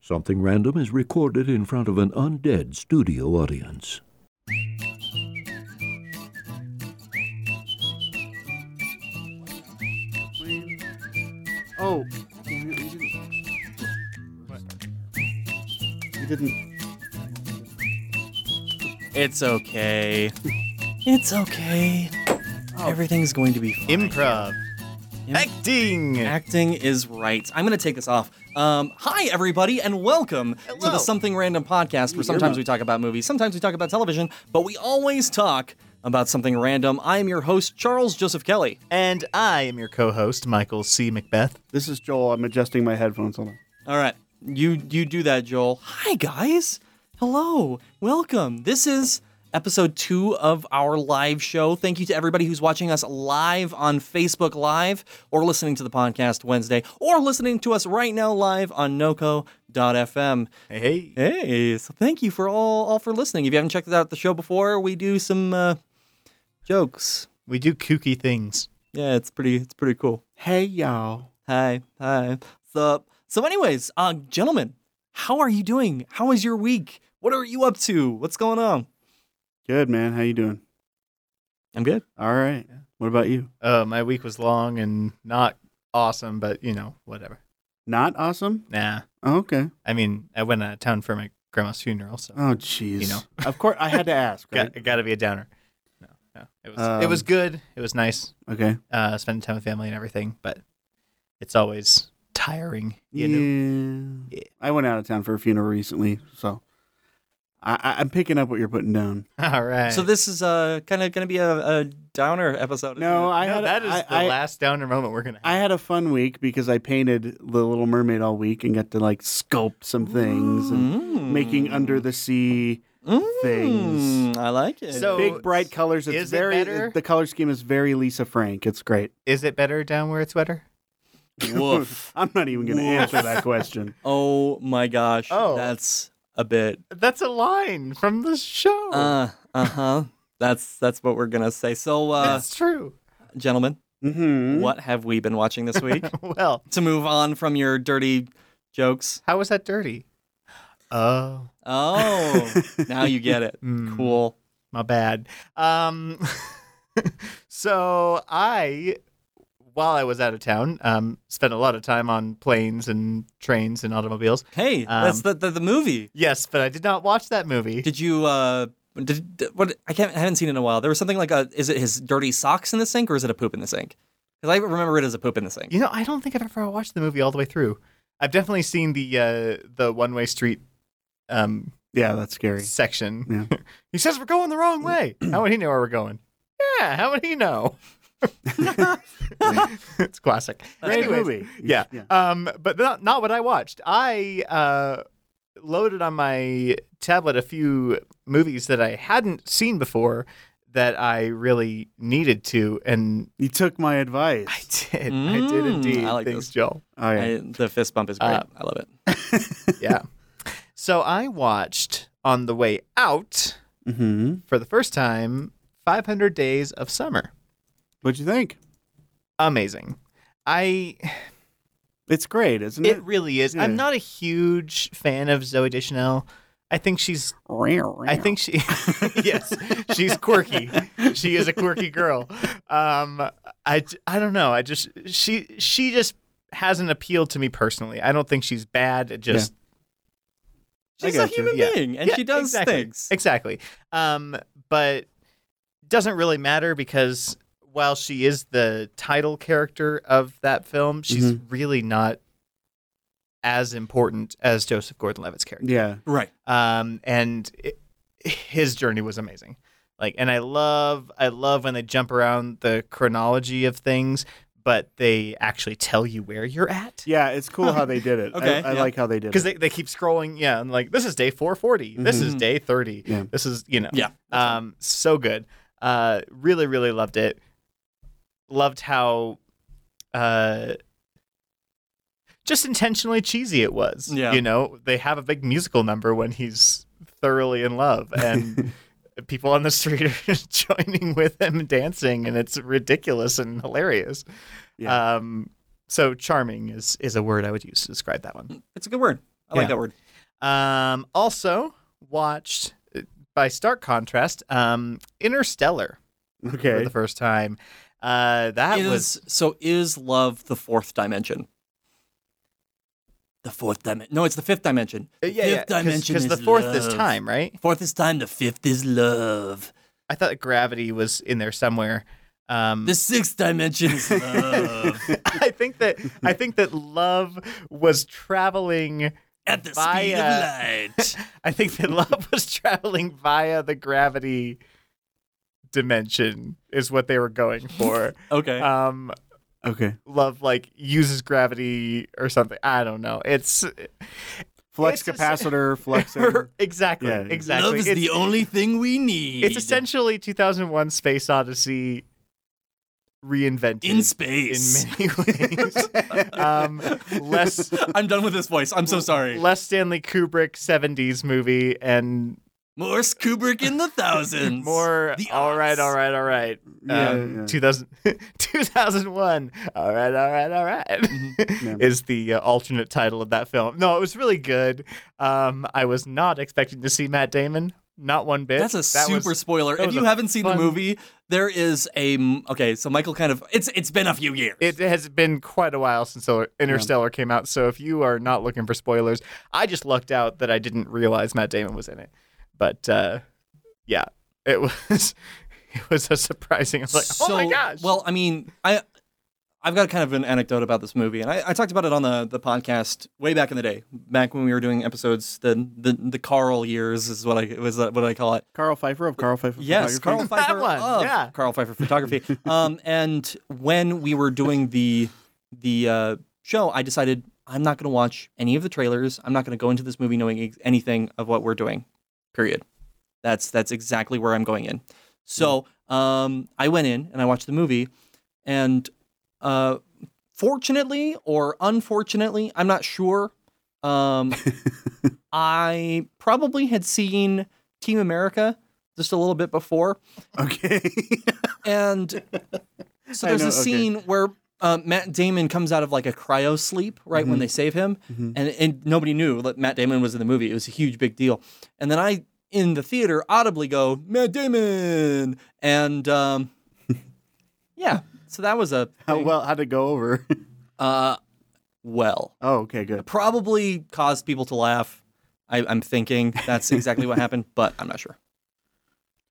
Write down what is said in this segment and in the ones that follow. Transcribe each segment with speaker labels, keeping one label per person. Speaker 1: Something Random is recorded in front of an undead studio audience.
Speaker 2: Oh, damn it, we didn't. We didn't.
Speaker 3: It's okay. Oh. It's okay. Everything's going to be fine.
Speaker 4: Improv. Acting.
Speaker 3: Acting is right. I'm going to take this off. Um, hi, everybody, and welcome to the Something Random podcast where sometimes we talk about movies, sometimes we talk about television, but we always talk about something random. I am your host, Charles Joseph Kelly.
Speaker 4: and I am your co-host, Michael C. Macbeth.
Speaker 2: This is Joel. I'm adjusting my headphones. Hold on.
Speaker 3: All right. You you do that, Joel. Hi guys. Hello. Welcome. This is episode 2 of our live show. Thank you to everybody who's watching us live on Facebook Live or listening to the podcast Wednesday or listening to us right now live on noco.fm.
Speaker 4: Hey, hey.
Speaker 3: Hey, so thank you for all all for listening. If you haven't checked out the show before, we do some uh, jokes.
Speaker 4: We do kooky things.
Speaker 3: Yeah, it's pretty it's pretty cool.
Speaker 2: Hey, y'all.
Speaker 3: Hi, hi. So, so anyways, uh, gentlemen, how are you doing? How is your week? What are you up to? What's going on?
Speaker 2: Good man. How you doing?
Speaker 3: I'm good.
Speaker 2: All right. What about you?
Speaker 4: Uh, my week was long and not awesome, but you know, whatever.
Speaker 2: Not awesome.
Speaker 4: Nah.
Speaker 2: Oh, okay.
Speaker 4: I mean, I went out of town for my grandma's funeral, so
Speaker 2: Oh, jeez.
Speaker 4: You know.
Speaker 2: Of course, I had to ask. Right?
Speaker 4: got, got to be a downer. No, no. It was it
Speaker 2: Um,
Speaker 4: was good. It was nice.
Speaker 2: Okay.
Speaker 4: Uh, spending time with family and everything, but it's always tiring. You know.
Speaker 2: yeah.
Speaker 4: Yeah.
Speaker 2: I went out of town for a funeral recently, so I, I, I'm picking up what you're putting down.
Speaker 4: All right.
Speaker 3: So this is uh kind of gonna be a, a downer episode. isn't
Speaker 2: No,
Speaker 3: it?
Speaker 2: I
Speaker 4: No,
Speaker 2: had
Speaker 4: that is
Speaker 2: I-
Speaker 4: the
Speaker 2: I-
Speaker 4: last downer moment we're gonna have.
Speaker 2: I had a fun week because I painted The Little Mermaid all week and got to like sculpt some things and
Speaker 3: Mm.
Speaker 2: making under the sea things.
Speaker 3: Mm, I like it.
Speaker 4: So-
Speaker 2: big bright colors. It's
Speaker 4: is it
Speaker 2: very
Speaker 4: better?
Speaker 2: the color scheme is very Lisa Frank. It's great.
Speaker 4: Is it better down where it's wetter?
Speaker 3: Woof.
Speaker 2: I'm not even going to answer that question.
Speaker 3: oh my gosh.
Speaker 4: Oh.
Speaker 3: that's a bit.
Speaker 4: That's a line from the show.
Speaker 2: Oh.
Speaker 3: Uh uh huh. that's that's what we're gonna say. So, uh,
Speaker 4: That's true.
Speaker 3: gentlemen,
Speaker 2: hmm
Speaker 3: what have we been watching this week?
Speaker 4: Well,
Speaker 3: to move on from your dirty jokes.
Speaker 4: how was that dirty? Oh,
Speaker 3: Oh, now you get it.
Speaker 4: Mm.
Speaker 3: Cool.
Speaker 4: my bad. Um, so I, while I was out of town, um, spent a lot of time on planes and trains and automobiles.
Speaker 3: Hey,
Speaker 4: Um,
Speaker 3: that's the, the the movie.
Speaker 4: Yes, but I did not watch that movie.
Speaker 3: Did you? uh did, did- what I can't I haven't seen it in a while. There was something like a is it his dirty socks in the sink or is it a poop in the sink? Because I remember it as a poop in the sink.
Speaker 4: You know, I don't think I've ever watched the movie all the way through. I've definitely seen the uh, the one way street um,
Speaker 2: Yeah, that's scary.
Speaker 4: section. he says we're going the wrong way. how would he know where we're going? Yeah, how would he know? it's classic.
Speaker 2: Great
Speaker 4: Anyways,
Speaker 2: movie.
Speaker 4: Yeah. Um, but not, not what I watched. I uh, loaded on my tablet a few movies that I hadn't seen before that I really needed to, and
Speaker 2: You took my advice. Oh,
Speaker 4: I did. I did
Speaker 3: Mm,
Speaker 4: indeed.
Speaker 3: I like
Speaker 4: Thanks,
Speaker 3: this.
Speaker 4: Joel.
Speaker 2: All right.
Speaker 3: I- the fist bump is great.
Speaker 4: Uh,
Speaker 3: I love it.
Speaker 4: Yeah. so I watched on the way out
Speaker 2: mm-hmm.
Speaker 4: for the first time 500 Days of Summer.
Speaker 2: What'd you think?
Speaker 4: Amazing. I
Speaker 2: It's great, isn't it?
Speaker 4: it really is. I'm
Speaker 2: Yeah.
Speaker 4: not a huge fan of Zoe Deschanel. I think she's I think she, yes, she's quirky. she is a quirky girl. Um, I, I don't know. I just she she just has an appeal to me personally. I don't think she's bad. It just
Speaker 2: I
Speaker 3: She's a
Speaker 2: got you.
Speaker 3: human
Speaker 4: Yeah.
Speaker 3: being and
Speaker 4: Yeah,
Speaker 3: she does
Speaker 4: exactly.
Speaker 3: things.
Speaker 4: Exactly. Um, but doesn't really matter because while she is the title character of that film, she's
Speaker 3: Mm-hmm.
Speaker 4: really not as important as Joseph Gordon-Levitt's character
Speaker 2: Yeah.
Speaker 3: Right.
Speaker 4: um, and it, his journey was amazing. Like, and I love, I love when they jump around the chronology of things, but they actually tell you where you're at.
Speaker 2: Yeah, it's cool how they did it. I-
Speaker 3: Okay,
Speaker 2: I,
Speaker 3: yeah.
Speaker 2: like how they did
Speaker 4: Because
Speaker 2: it.
Speaker 4: they, they keep scrolling, yeah, and like this is day 440, this is
Speaker 3: Mhm.
Speaker 4: day 30,
Speaker 2: Yeah.
Speaker 4: this is you know,
Speaker 3: Yeah.
Speaker 4: um, so good. Uh, really, really loved it. Loved how, uh, just intentionally cheesy it was.
Speaker 3: Yeah.
Speaker 4: You know, they have a big musical number when he's thoroughly in love, and people on the street are joining with him and dancing, and it's ridiculous and hilarious.
Speaker 2: Yeah.
Speaker 4: Um, so charming is is a word I would use to describe that one.
Speaker 3: It's a good word. I like
Speaker 4: Yeah.
Speaker 3: that word.
Speaker 4: Um, also watched, uh, by stark contrast, um, Interstellar for
Speaker 2: Okay.
Speaker 4: the first time. Uh, that
Speaker 3: is
Speaker 4: was
Speaker 3: so is love the fourth dimension? The fourth dimension. No, it's the fifth dimension.
Speaker 4: uh,
Speaker 3: The
Speaker 4: yeah,
Speaker 3: fifth
Speaker 4: yeah,
Speaker 3: dimension
Speaker 4: because
Speaker 3: is
Speaker 4: the fourth is
Speaker 3: love.
Speaker 4: time, right?
Speaker 3: Fourth is time. The fifth is love.
Speaker 4: I thought gravity was in there somewhere. Um,
Speaker 3: The sixth dimension is love.
Speaker 4: I think that I think that love was traveling.
Speaker 3: At the speed
Speaker 4: Via-
Speaker 3: of light.
Speaker 4: I think that love was traveling via the gravity dimension is what they were going for.
Speaker 3: Okay.
Speaker 4: Um,
Speaker 2: Okay.
Speaker 4: love like uses gravity or something. I don't know. It's
Speaker 2: Flex
Speaker 4: It's a-
Speaker 2: capacitor, flexor.
Speaker 4: exactly
Speaker 2: Yeah.
Speaker 4: exactly.
Speaker 3: Love is
Speaker 4: it's,
Speaker 3: the only thing we need.
Speaker 4: it's essentially 2001: Space Odyssey reinvented
Speaker 3: in space.
Speaker 4: in many ways. um, less
Speaker 3: I'm done with this voice. I'm so sorry.
Speaker 4: less Stanley Kubrick 70s movie and
Speaker 3: Morse Kubrick in the thousands.
Speaker 4: more
Speaker 3: The
Speaker 4: all right
Speaker 3: odds.
Speaker 4: all right all right
Speaker 2: Yeah,
Speaker 4: um,
Speaker 2: yeah.
Speaker 4: 2000 2001 all right all right all right
Speaker 3: Mm-hmm.
Speaker 2: Yeah.
Speaker 4: is the uh, alternate title of that film no it was really good um i was not expecting to see matt damon not one bit
Speaker 3: That's a
Speaker 4: That was-
Speaker 3: super spoiler.
Speaker 4: that
Speaker 3: If
Speaker 4: was
Speaker 3: you
Speaker 4: a
Speaker 3: haven't seen
Speaker 4: fun-
Speaker 3: the movie, there is a m- okay. So Michael kind of it's it's been a few years.
Speaker 4: it has been quite a while since Interstellar came out, so if you are not looking for spoilers, I just lucked out that I didn't realize Matt Damon was in it. But uh, yeah, it was it was a surprising. I was like, oh my
Speaker 3: So-
Speaker 4: gosh!
Speaker 3: Well, I mean, I I've got kind of an anecdote about this movie, and I, I talked about it on the the podcast way back in the day, back when we were doing episodes. The the, the Carl years is what I was what I call it.
Speaker 2: Carl Pfeiffer of Carl Pfeiffer.
Speaker 3: Yes, Carl
Speaker 2: Photography.
Speaker 3: Pfeiffer
Speaker 4: one,
Speaker 3: of
Speaker 4: yeah.
Speaker 3: Carl Pfeiffer Photography. um, and when we were doing the the uh, show, I decided I'm not going to watch any of the trailers. I'm not going to go into this movie knowing ex- anything of what we're doing. Period. That's that's exactly where I'm going in. So um, I went in and I watched the movie, and uh, fortunately or unfortunately, I'm not sure. Um, I probably had seen Team America just a little bit before,
Speaker 2: Okay.
Speaker 3: and so
Speaker 2: I
Speaker 3: there's
Speaker 2: know,
Speaker 3: a
Speaker 2: okay.
Speaker 3: scene where uh, Matt Damon comes out of like a cryo sleep right
Speaker 2: Mm-hmm.
Speaker 3: when they save him, and, and nobody knew that Matt Damon was in the movie. It was a huge big deal. And then I in the theater audibly go Matt Damon, and um, yeah, so that was a
Speaker 2: How well how'd it go over?
Speaker 3: uh, well
Speaker 2: Oh, okay, good.
Speaker 3: probably caused people to laugh. I, I'm thinking that's exactly what happened, but I'm not sure.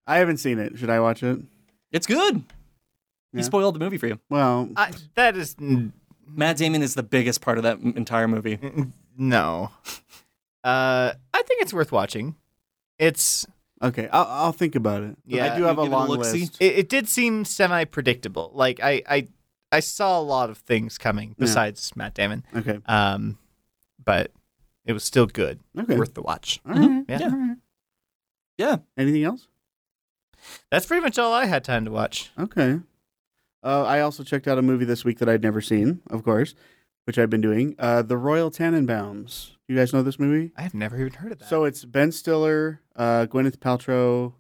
Speaker 2: I haven't seen it. Should I watch it?
Speaker 3: It's good. He
Speaker 2: Yeah.
Speaker 3: spoiled the movie for you.
Speaker 2: Well,
Speaker 4: I, that is n-
Speaker 3: Matt
Speaker 2: Mm-hmm.
Speaker 3: Damon is the biggest part of that m- entire movie.
Speaker 4: no. Uh, I think it's worth watching. It's
Speaker 2: okay. I'll, I'll think about it. But
Speaker 4: Yeah,
Speaker 2: I do have
Speaker 3: you
Speaker 2: a
Speaker 3: give it a
Speaker 2: long
Speaker 3: look-see?
Speaker 2: list.
Speaker 4: it, it did seem semi predictable. Like I, I I saw a lot of things coming
Speaker 2: Yeah.
Speaker 4: besides Matt Damon.
Speaker 2: Okay.
Speaker 4: Um, but it was still good,
Speaker 2: Okay.
Speaker 4: worth the watch.
Speaker 2: All
Speaker 3: Mm-hmm.
Speaker 2: right.
Speaker 4: Yeah.
Speaker 2: all right.
Speaker 3: Yeah.
Speaker 2: Anything else?
Speaker 4: That's pretty much all I had time to watch.
Speaker 2: Okay. Uh, I also checked out a movie this week that I'd never seen, of course, which I've been doing. Uh, the Royal Tannenbaums. You guys know this movie?
Speaker 4: I have never even heard of that.
Speaker 2: So it's Ben Stiller, uh, Gwyneth Paltrow,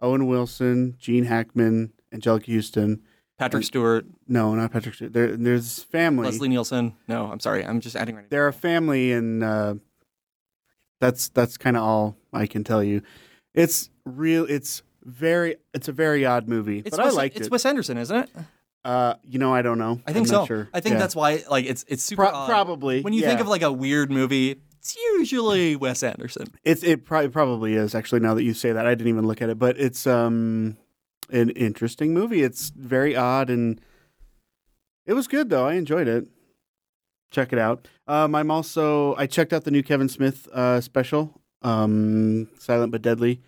Speaker 2: Owen Wilson, Gene Hackman, Angelica Houston.
Speaker 3: Patrick
Speaker 2: Mm.
Speaker 3: Stewart,
Speaker 2: No, not Patrick. Stewart. There, there's family.
Speaker 3: Leslie Nielsen. No, I'm sorry. I'm just adding right now.
Speaker 2: they're a family and uh, that's that's kind of all I can tell you. It's real. It's very. It's a very odd movie,
Speaker 3: It's
Speaker 2: but
Speaker 3: Wes,
Speaker 2: I liked
Speaker 3: it's
Speaker 2: it.
Speaker 3: Wes Anderson, isn't it?
Speaker 2: uh, you know, I don't know.
Speaker 3: I think
Speaker 2: I'm
Speaker 3: so.
Speaker 2: Not sure.
Speaker 3: I think
Speaker 2: Yeah.
Speaker 3: that's why like it's it's super
Speaker 2: Pro-
Speaker 3: odd.
Speaker 2: probably
Speaker 3: When you think
Speaker 2: yeah.
Speaker 3: of like a weird movie, it's usually Wes Anderson.
Speaker 2: it's it probably probably is actually now that you say that I didn't even look at it, but it's um an interesting movie. It's very odd and it was good though. I enjoyed it. Check it out. Um, I'm also I checked out the new Kevin Smith uh, special, um, Silent but Deadly,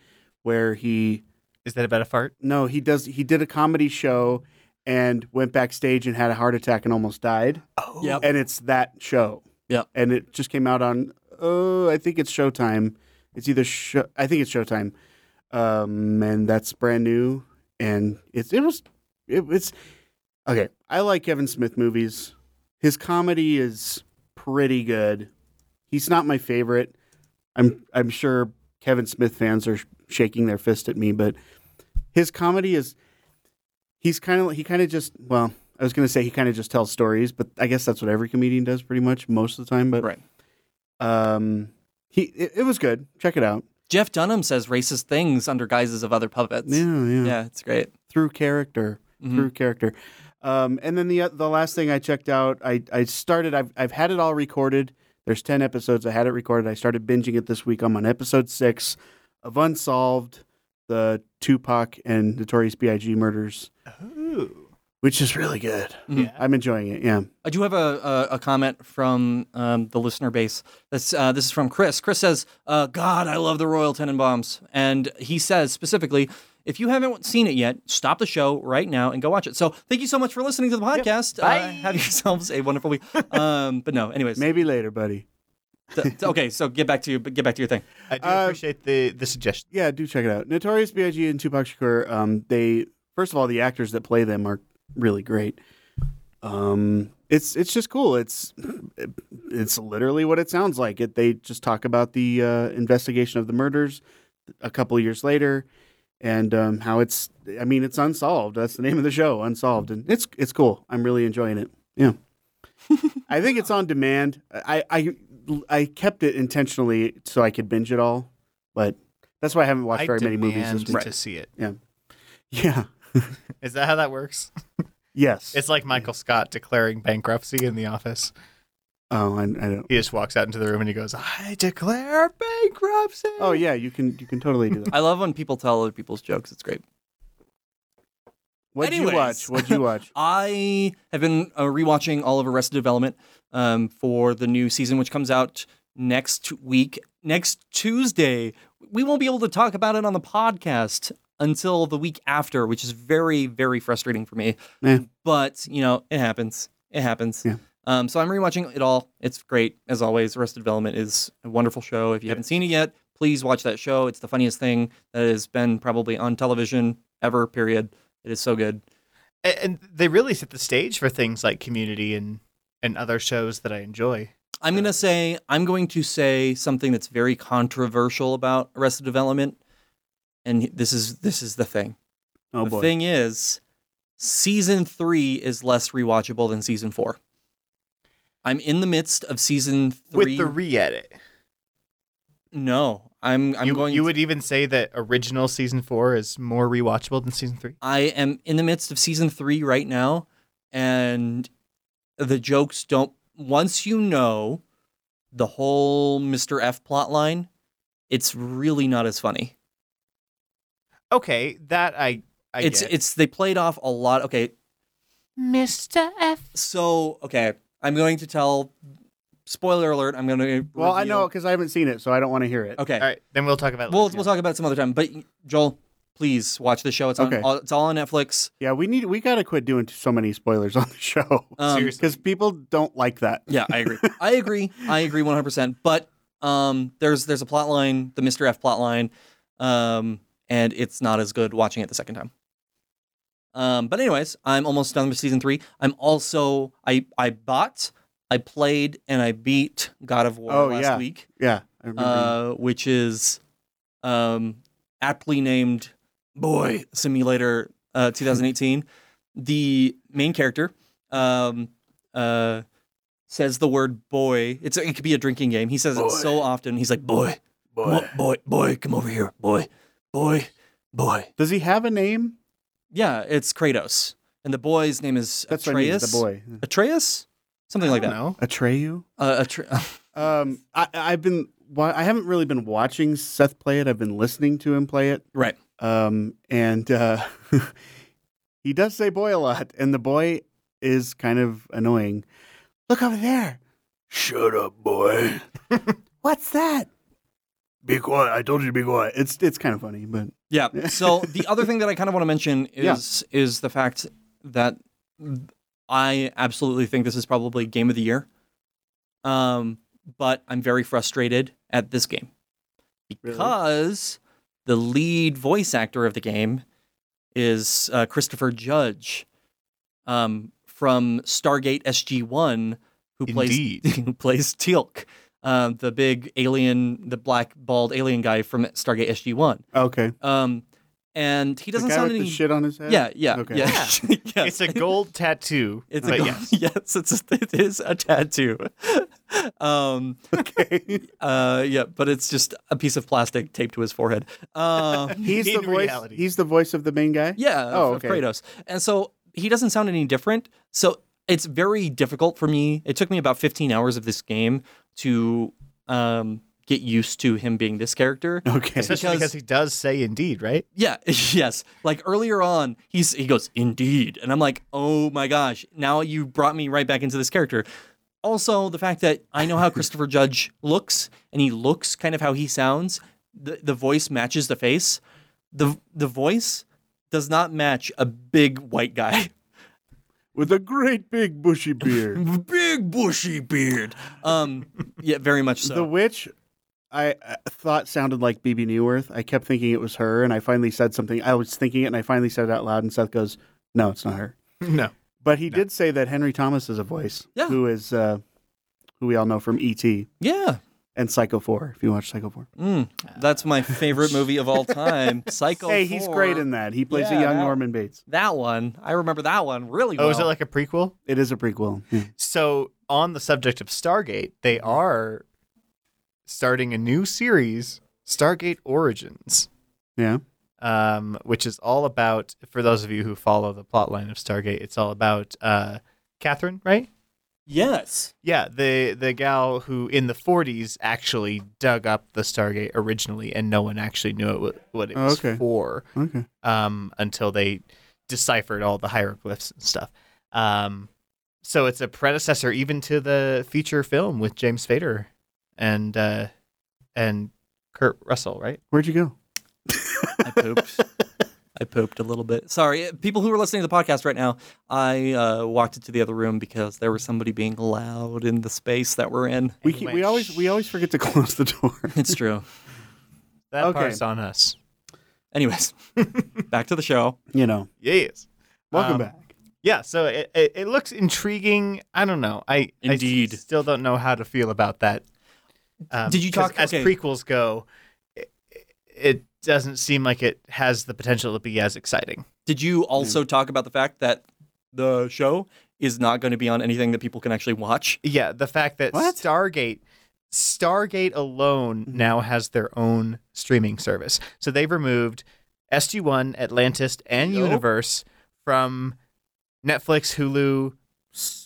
Speaker 2: where he
Speaker 4: is that about a fart?
Speaker 2: no he does he did a comedy show and went backstage and had a heart attack and almost died
Speaker 4: Oh,
Speaker 3: Yep.
Speaker 2: and it's that show.
Speaker 3: Yep.
Speaker 2: And it just came out on. Oh, I think it's Showtime. It's either show, I think it's Showtime, um, and that's brand new. And it's it was it, it's okay. I like Kevin Smith movies. His comedy is pretty good. He's not my favorite. I'm I'm sure Kevin Smith fans are sh- shaking their fist at me, but his comedy is he's kind of he kind of just well I was gonna say he kind of just tells stories, but I guess that's what every comedian does pretty much most of the time. But
Speaker 3: Right.
Speaker 2: Um, he it, it was good. Check it out.
Speaker 3: Jeff Dunham says racist things under guises of other puppets.
Speaker 2: Yeah, yeah.
Speaker 3: Yeah, it's great.
Speaker 2: Through character,
Speaker 3: Mhm.
Speaker 2: through character. Um, and then the the last thing I checked out, I I started. I've I've had it all recorded. There's ten episodes. I had it recorded. I started binging it this week. I'm on episode six of Unsolved, the Tupac and Notorious B.I.G. murders,
Speaker 4: Ooh.
Speaker 2: which is really good.
Speaker 3: Mhm.
Speaker 4: Yeah.
Speaker 2: I'm enjoying it. Yeah.
Speaker 3: I do have a, a, a comment from um, the listener base. This, uh, this is from Chris. Chris says, uh, God, I love the Royal Tenenbaums. And he says specifically, if you haven't seen it yet, stop the show right now and go watch it. So thank you so much for listening to the podcast.
Speaker 4: Bye.
Speaker 3: Uh, have yourselves a wonderful week. Um, but no, anyways.
Speaker 2: Maybe later, buddy.
Speaker 3: Th- th- okay, so get back to you, get back to your thing.
Speaker 4: I do
Speaker 2: Uh,
Speaker 4: appreciate the the suggestion.
Speaker 2: Yeah, do check it out. Notorious B.I.G. and Tupac Shakur. Um, they first of all, the actors that play them are really great. Um, it's it's just cool. It's it's literally what it sounds like. It they just talk about the uh, investigation of the murders a couple years later, and um, how it's. I mean, it's unsolved. That's the name of the show, Unsolved, and it's it's cool. I'm really enjoying it. Yeah, I think it's on demand. I I I kept it intentionally so I could binge it all, but that's why I haven't watched
Speaker 4: I
Speaker 2: very many movies this
Speaker 4: demand
Speaker 2: week.
Speaker 4: to see it.
Speaker 2: Yeah.
Speaker 4: Is that how that works?
Speaker 2: Yes.
Speaker 4: It's like Michael Scott declaring bankruptcy in The Office.
Speaker 2: oh, I, I don't.
Speaker 4: He just walks out into the room and he goes, "I declare bankruptcy."
Speaker 2: Oh yeah, you can you can totally do that.
Speaker 3: I love when people tell other people's jokes. It's great.
Speaker 2: What'd
Speaker 3: Anyways.
Speaker 2: you watch? What'd you watch?
Speaker 3: I have been uh, rewatching all of Arrested Development um, for the new season, which comes out next week, next Tuesday. We won't be able to talk about it on the podcast until the week after, which is very, very frustrating for me.
Speaker 2: Yeah.
Speaker 3: But you know, it happens. It happens.
Speaker 2: Yeah.
Speaker 3: Um, so I'm rewatching it all. It's great as always. Arrested Development is a wonderful show. If you haven't seen it yet, please watch that show. It's the funniest thing that has been probably on television ever. Period. It is so good.
Speaker 4: A- and they really set the stage for things like Community and and other shows that I enjoy.
Speaker 3: I'm gonna say I'm going to say something that's very controversial about Arrested Development, and this is this is the thing.
Speaker 2: Oh
Speaker 3: the
Speaker 2: boy.
Speaker 3: thing is, season three is less rewatchable than season four. I'm in the midst of season three.
Speaker 4: With the re-edit,
Speaker 3: no, I'm I'm
Speaker 4: you,
Speaker 3: going.
Speaker 4: you
Speaker 3: to-
Speaker 4: would even say that original season four is more rewatchable than season three.
Speaker 3: I am in the midst of season three right now, and the jokes don't. Once you know the whole Mr. F plot line, it's really not as funny.
Speaker 4: Okay, that I I
Speaker 3: it's
Speaker 4: get.
Speaker 3: it's they played off a lot. Okay,
Speaker 4: Mr. F.
Speaker 3: so okay, I'm going to tell. Spoiler alert! I'm going to.
Speaker 2: well, I know because I haven't seen it, so I don't want to hear it.
Speaker 3: Okay,
Speaker 4: All right, then we'll talk about. it
Speaker 3: we'll
Speaker 4: later.
Speaker 3: we'll talk about it some other time. But Joel, please watch the show. It's on.
Speaker 2: Okay.
Speaker 3: All, it's all on Netflix.
Speaker 2: Yeah, we need we gotta quit doing so many spoilers on the show
Speaker 3: Um,
Speaker 4: Seriously.
Speaker 2: because people don't like that.
Speaker 3: Yeah, I agree. I agree. I agree 100%. But um, there's there's a plot line, the Mr. F plot line, um, and it's not as good watching it the second time. Um, but anyways, I'm almost done with season three. I'm also I I bought, I played, and I beat God of War
Speaker 2: Oh,
Speaker 3: last
Speaker 2: yeah.
Speaker 3: week,
Speaker 2: Yeah, I remember.
Speaker 3: uh, which is um, aptly named Boy Simulator uh, 2018. the main character um, uh, says the word boy. It's it could be a drinking game. He says it so often. He's like boy, come
Speaker 2: boy.
Speaker 3: on, boy, boy, come over here, boy, boy, boy.
Speaker 2: Does he have a name?
Speaker 3: Yeah, it's Kratos, and the boy's name is
Speaker 2: That's what I mean,
Speaker 3: Atreus.
Speaker 2: the boy
Speaker 3: Atreus, something like
Speaker 4: I
Speaker 3: that.
Speaker 4: don't
Speaker 2: Atreyu.
Speaker 3: Uh, Atre-
Speaker 2: Um, I, I've been wa- I haven't really been watching Seth play it. I've been listening to him play it.
Speaker 3: right.
Speaker 2: Um, and uh, he does say boy a lot, and the boy is kind of annoying. Look over there. Shut up, boy. What's that? Be quiet. I told you to be quiet. It's it's kind of funny, but
Speaker 3: Yeah. So the other thing that I kind of want to mention
Speaker 2: Yeah.
Speaker 3: is is the fact that I absolutely think this is probably game of the year. Um, but I'm very frustrated at this game
Speaker 2: Really?
Speaker 3: because the lead voice actor of the game is uh, Christopher Judge um, from Stargate SG One, who
Speaker 4: Indeed.
Speaker 3: plays who plays Teal'c, uh, the big alien, the black bald alien guy from Stargate SG One.
Speaker 2: okay.
Speaker 3: Um, and he doesn't
Speaker 2: the guy
Speaker 3: sound
Speaker 2: with
Speaker 3: any.
Speaker 2: the shit on his head.
Speaker 3: Yeah, yeah,
Speaker 2: Okay.
Speaker 3: yeah. yes.
Speaker 4: It's a gold tattoo.
Speaker 3: It's
Speaker 4: but
Speaker 3: a
Speaker 4: yes.
Speaker 3: yes, it's it is a tattoo. um,
Speaker 2: Okay.
Speaker 3: uh, yeah, but it's just a piece of plastic taped to his forehead. Um,
Speaker 2: He's the
Speaker 4: In
Speaker 2: voice.
Speaker 4: reality.
Speaker 2: He's the voice of the main guy.
Speaker 3: yeah, of-
Speaker 2: Oh,
Speaker 3: of
Speaker 2: okay.
Speaker 3: Kratos, and so he doesn't sound any different. So it's very difficult for me. It took me about 15 hours of this game to um, get used to him being this character.
Speaker 2: Okay.
Speaker 4: Especially
Speaker 3: because-
Speaker 4: because he does say indeed, right?
Speaker 3: Yeah, yes. Like earlier on, he's he goes, "Indeed." And I'm like, "Oh my gosh, now you brought me right back into this character." Also, the fact that I know how Christopher Judge looks and he looks kind of how he sounds, the the voice matches the face. The the voice does not match a big white guy.
Speaker 2: With a great big bushy beard.
Speaker 3: big bushy beard. Um yeah, very much so.
Speaker 2: The witch, I uh, thought sounded like BB Newworth. I kept thinking it was her, and I finally said something. I was thinking it, and I finally said it out loud. And Seth goes, "No, it's not her."
Speaker 4: No.
Speaker 2: But he did say that Henry Thomas is a voice.
Speaker 3: Yeah.
Speaker 2: Who is uh, who we all know from E.T.
Speaker 3: yeah.
Speaker 2: and Psycho Four. If you watch Psycho Four,
Speaker 3: Mm, that's my favorite movie of all time, Psycho.
Speaker 2: hey, he's
Speaker 3: 4.
Speaker 2: great in that. He plays
Speaker 3: Yeah,
Speaker 2: a young
Speaker 3: that-
Speaker 2: Norman Bates.
Speaker 3: That one, I remember that one really well.
Speaker 4: Oh, is it like a prequel?
Speaker 2: It is a prequel.
Speaker 3: Hmm.
Speaker 2: Yeah.
Speaker 4: So, on the subject of Stargate, they are starting a new series, Stargate Origins,
Speaker 2: Yeah.
Speaker 4: um, which is all about, for those of you who follow the plotline of Stargate, it's all about uh, Catherine, right?
Speaker 3: yes.
Speaker 4: Yeah, the the gal who in the 40s actually dug up the Stargate originally, and no one actually knew it, wa- what it
Speaker 2: Oh,
Speaker 4: was
Speaker 2: okay.
Speaker 4: for.
Speaker 2: Okay.
Speaker 4: um, until they deciphered all the hieroglyphs and stuff. Um, so it's a predecessor even to the feature film with James Fader and uh, and Kurt Russell, right?
Speaker 2: Where'd you go?
Speaker 3: I pooped. I pooped a little bit. Sorry, uh, people who are listening to the podcast right now. I uh, walked into the other room because there was somebody being loud in the space that we're in.
Speaker 2: We, keep, we
Speaker 4: Anyway,
Speaker 2: always we always forget to close the door.
Speaker 3: It's true.
Speaker 4: That
Speaker 2: Okay.
Speaker 4: part's on us.
Speaker 3: Anyways, back to the show.
Speaker 2: you know.
Speaker 4: Yes.
Speaker 2: Welcome
Speaker 4: Um,
Speaker 2: back.
Speaker 4: Yeah. So it, it, it looks intriguing. I don't know. I I s-
Speaker 3: Indeed.
Speaker 4: still don't know how to feel about that. Um,
Speaker 3: Did you
Speaker 4: 'cause
Speaker 3: talk-
Speaker 4: as
Speaker 3: okay.
Speaker 4: prequels go? It, it doesn't seem like it has the potential to be as exciting.
Speaker 3: Did you also talk about the fact that the show is not going to be on anything that people can actually watch?
Speaker 4: Yeah, the fact that
Speaker 2: What?
Speaker 4: Stargate Stargate alone
Speaker 3: Mm-hmm.
Speaker 4: now has their own streaming service. So they've removed SG1, Atlantis, and
Speaker 3: Yup.
Speaker 4: Universe from Netflix, Hulu,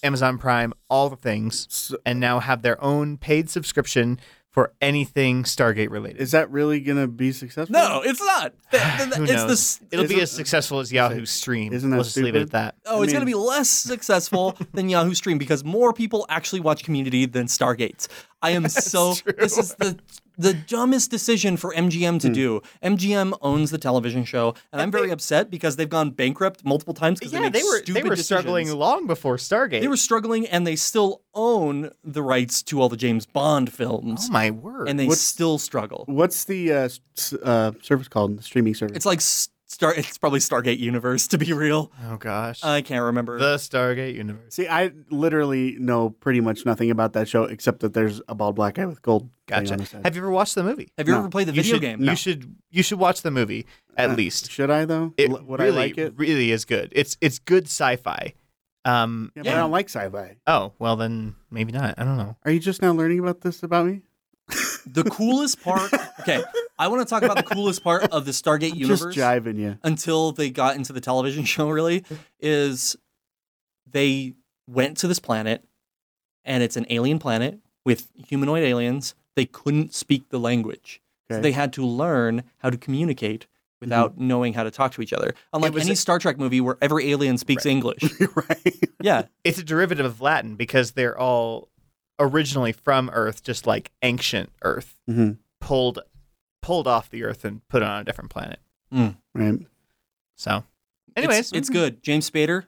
Speaker 4: Amazon Prime, all the things,
Speaker 2: So-
Speaker 4: and now have their own paid subscription for anything Stargate related.
Speaker 2: Is that really gonna be successful?
Speaker 3: No, it's not. Th- th-
Speaker 4: Who
Speaker 3: it's
Speaker 4: knows?
Speaker 3: this.
Speaker 4: It'll be
Speaker 2: isn't-
Speaker 4: as successful as Yahoo Stream.
Speaker 2: isn't that
Speaker 4: Let's just leave it at
Speaker 2: stupid?
Speaker 4: that.
Speaker 3: Oh,
Speaker 2: I
Speaker 3: it's going to
Speaker 2: mean-
Speaker 3: be less successful than Yahoo Stream because more people actually watch Community than Stargate. I am so. This is the the dumbest decision for MGM to
Speaker 2: Hmm.
Speaker 3: do. MGM owns the television show, and, I'm very upset because they've gone bankrupt multiple times because
Speaker 4: Yeah,
Speaker 3: they, make
Speaker 4: they were
Speaker 3: stupid
Speaker 4: they were struggling
Speaker 3: decisions.
Speaker 4: long before Stargate.
Speaker 3: They were struggling, and they still own the rights to all the James Bond
Speaker 4: oh
Speaker 3: films,
Speaker 4: my word.
Speaker 3: and they
Speaker 2: What's-
Speaker 3: still struggle.
Speaker 2: What's the uh, s- uh, service called? The streaming service.
Speaker 3: It's like s- Star. It's probably Stargate Universe. To be real,
Speaker 4: oh gosh.
Speaker 3: I can't remember.
Speaker 4: the Stargate universe.
Speaker 2: See, I literally know pretty much nothing about that show except that there's a bald black guy with gold. thing
Speaker 4: Gotcha.
Speaker 2: on his head.
Speaker 4: Have you ever watched the movie?
Speaker 3: Have you
Speaker 2: no.
Speaker 3: ever played the
Speaker 4: you
Speaker 3: video
Speaker 4: should,
Speaker 3: game?
Speaker 4: You should you should watch the movie at least.
Speaker 2: Should I though?
Speaker 4: It
Speaker 2: Uh, L- Would
Speaker 4: really,
Speaker 2: I like it?
Speaker 4: really is good. It's it's good sci-fi. Um
Speaker 2: Yeah, but
Speaker 3: Yeah.
Speaker 2: I don't like sci-fi.
Speaker 4: oh, well then maybe not. I don't know.
Speaker 2: Are you just now learning about this about me?
Speaker 3: The coolest part. Okay, I want to talk about the coolest part of the Stargate universe
Speaker 2: Just jiving you.
Speaker 3: until they got into the television show. Really, is they went to this planet, and it's an alien planet with humanoid aliens. They couldn't speak the language, so
Speaker 2: Okay.
Speaker 3: they had to learn how to communicate without knowing how to talk to each other. Unlike
Speaker 4: Mm-hmm. was
Speaker 3: any
Speaker 4: a-
Speaker 3: Star Trek movie where every alien speaks English.
Speaker 2: You're right.
Speaker 3: Yeah,
Speaker 4: It's a derivative of Latin because they're all originally from Earth, just like ancient Earth,
Speaker 2: Mhm.
Speaker 4: pulled pulled off the Earth and put on a different planet.
Speaker 2: Right.
Speaker 4: So,
Speaker 3: Mm. It's-
Speaker 4: anyways,
Speaker 3: it's, good. James Spader.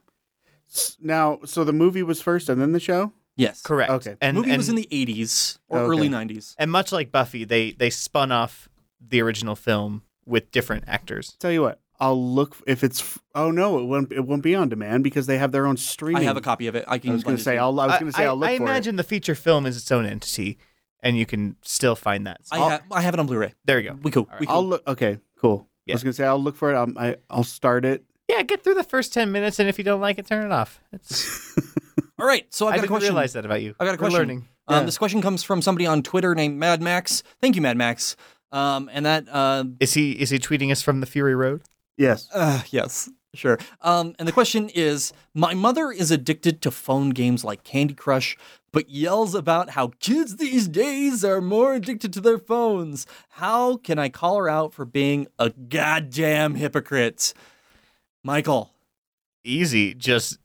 Speaker 2: S- Now, so the movie was first, and then the show.
Speaker 3: Yes,
Speaker 4: correct.
Speaker 2: Okay.
Speaker 4: and
Speaker 3: movie
Speaker 4: and, Oh,
Speaker 3: was in the '80s or
Speaker 2: Okay.
Speaker 3: early '90s.
Speaker 4: and much like Buffy, they they spun off the original film with different actors.
Speaker 2: Tell you what, I'll look f- if it's. f- Oh no, it won't. It won't be on demand because they have their own streaming.
Speaker 3: I have a copy of it. I can.
Speaker 2: I was going
Speaker 3: lend
Speaker 2: to
Speaker 3: it
Speaker 2: say.
Speaker 3: you.
Speaker 2: I'll, I was going to say. I'll look
Speaker 4: I
Speaker 2: for
Speaker 4: imagine the feature film is its own entity, and you can still find that. So
Speaker 3: I,
Speaker 4: I'll-
Speaker 3: ha- I have it on Blu-ray.
Speaker 4: there you go.
Speaker 3: We cool.
Speaker 4: All
Speaker 3: We
Speaker 2: it. I'll
Speaker 3: cool.
Speaker 2: look. Okay. Cool. I was gonna say I'll look for it. I'll, I, I'll start it.
Speaker 4: Yeah, get through the first ten minutes, and if you don't like it, turn it off. It's,
Speaker 3: All right, so I've
Speaker 4: I
Speaker 3: got a
Speaker 4: didn't
Speaker 3: question.
Speaker 4: realize that about you.
Speaker 3: I got a
Speaker 4: We're
Speaker 3: question.
Speaker 4: learning.
Speaker 3: Um, this question comes from somebody on Twitter named Mad Max. Thank you, Mad Max. Um, and that, uh,
Speaker 4: Is he is he tweeting us from the Fury Road?
Speaker 2: Yes.
Speaker 3: uh, yes, sure. Um, and the question is My mother is addicted to phone games like Candy Crush, but yells about how kids these days are more addicted to their phones. How can I call her out for being a goddamn hypocrite? Michael.
Speaker 4: Easy, just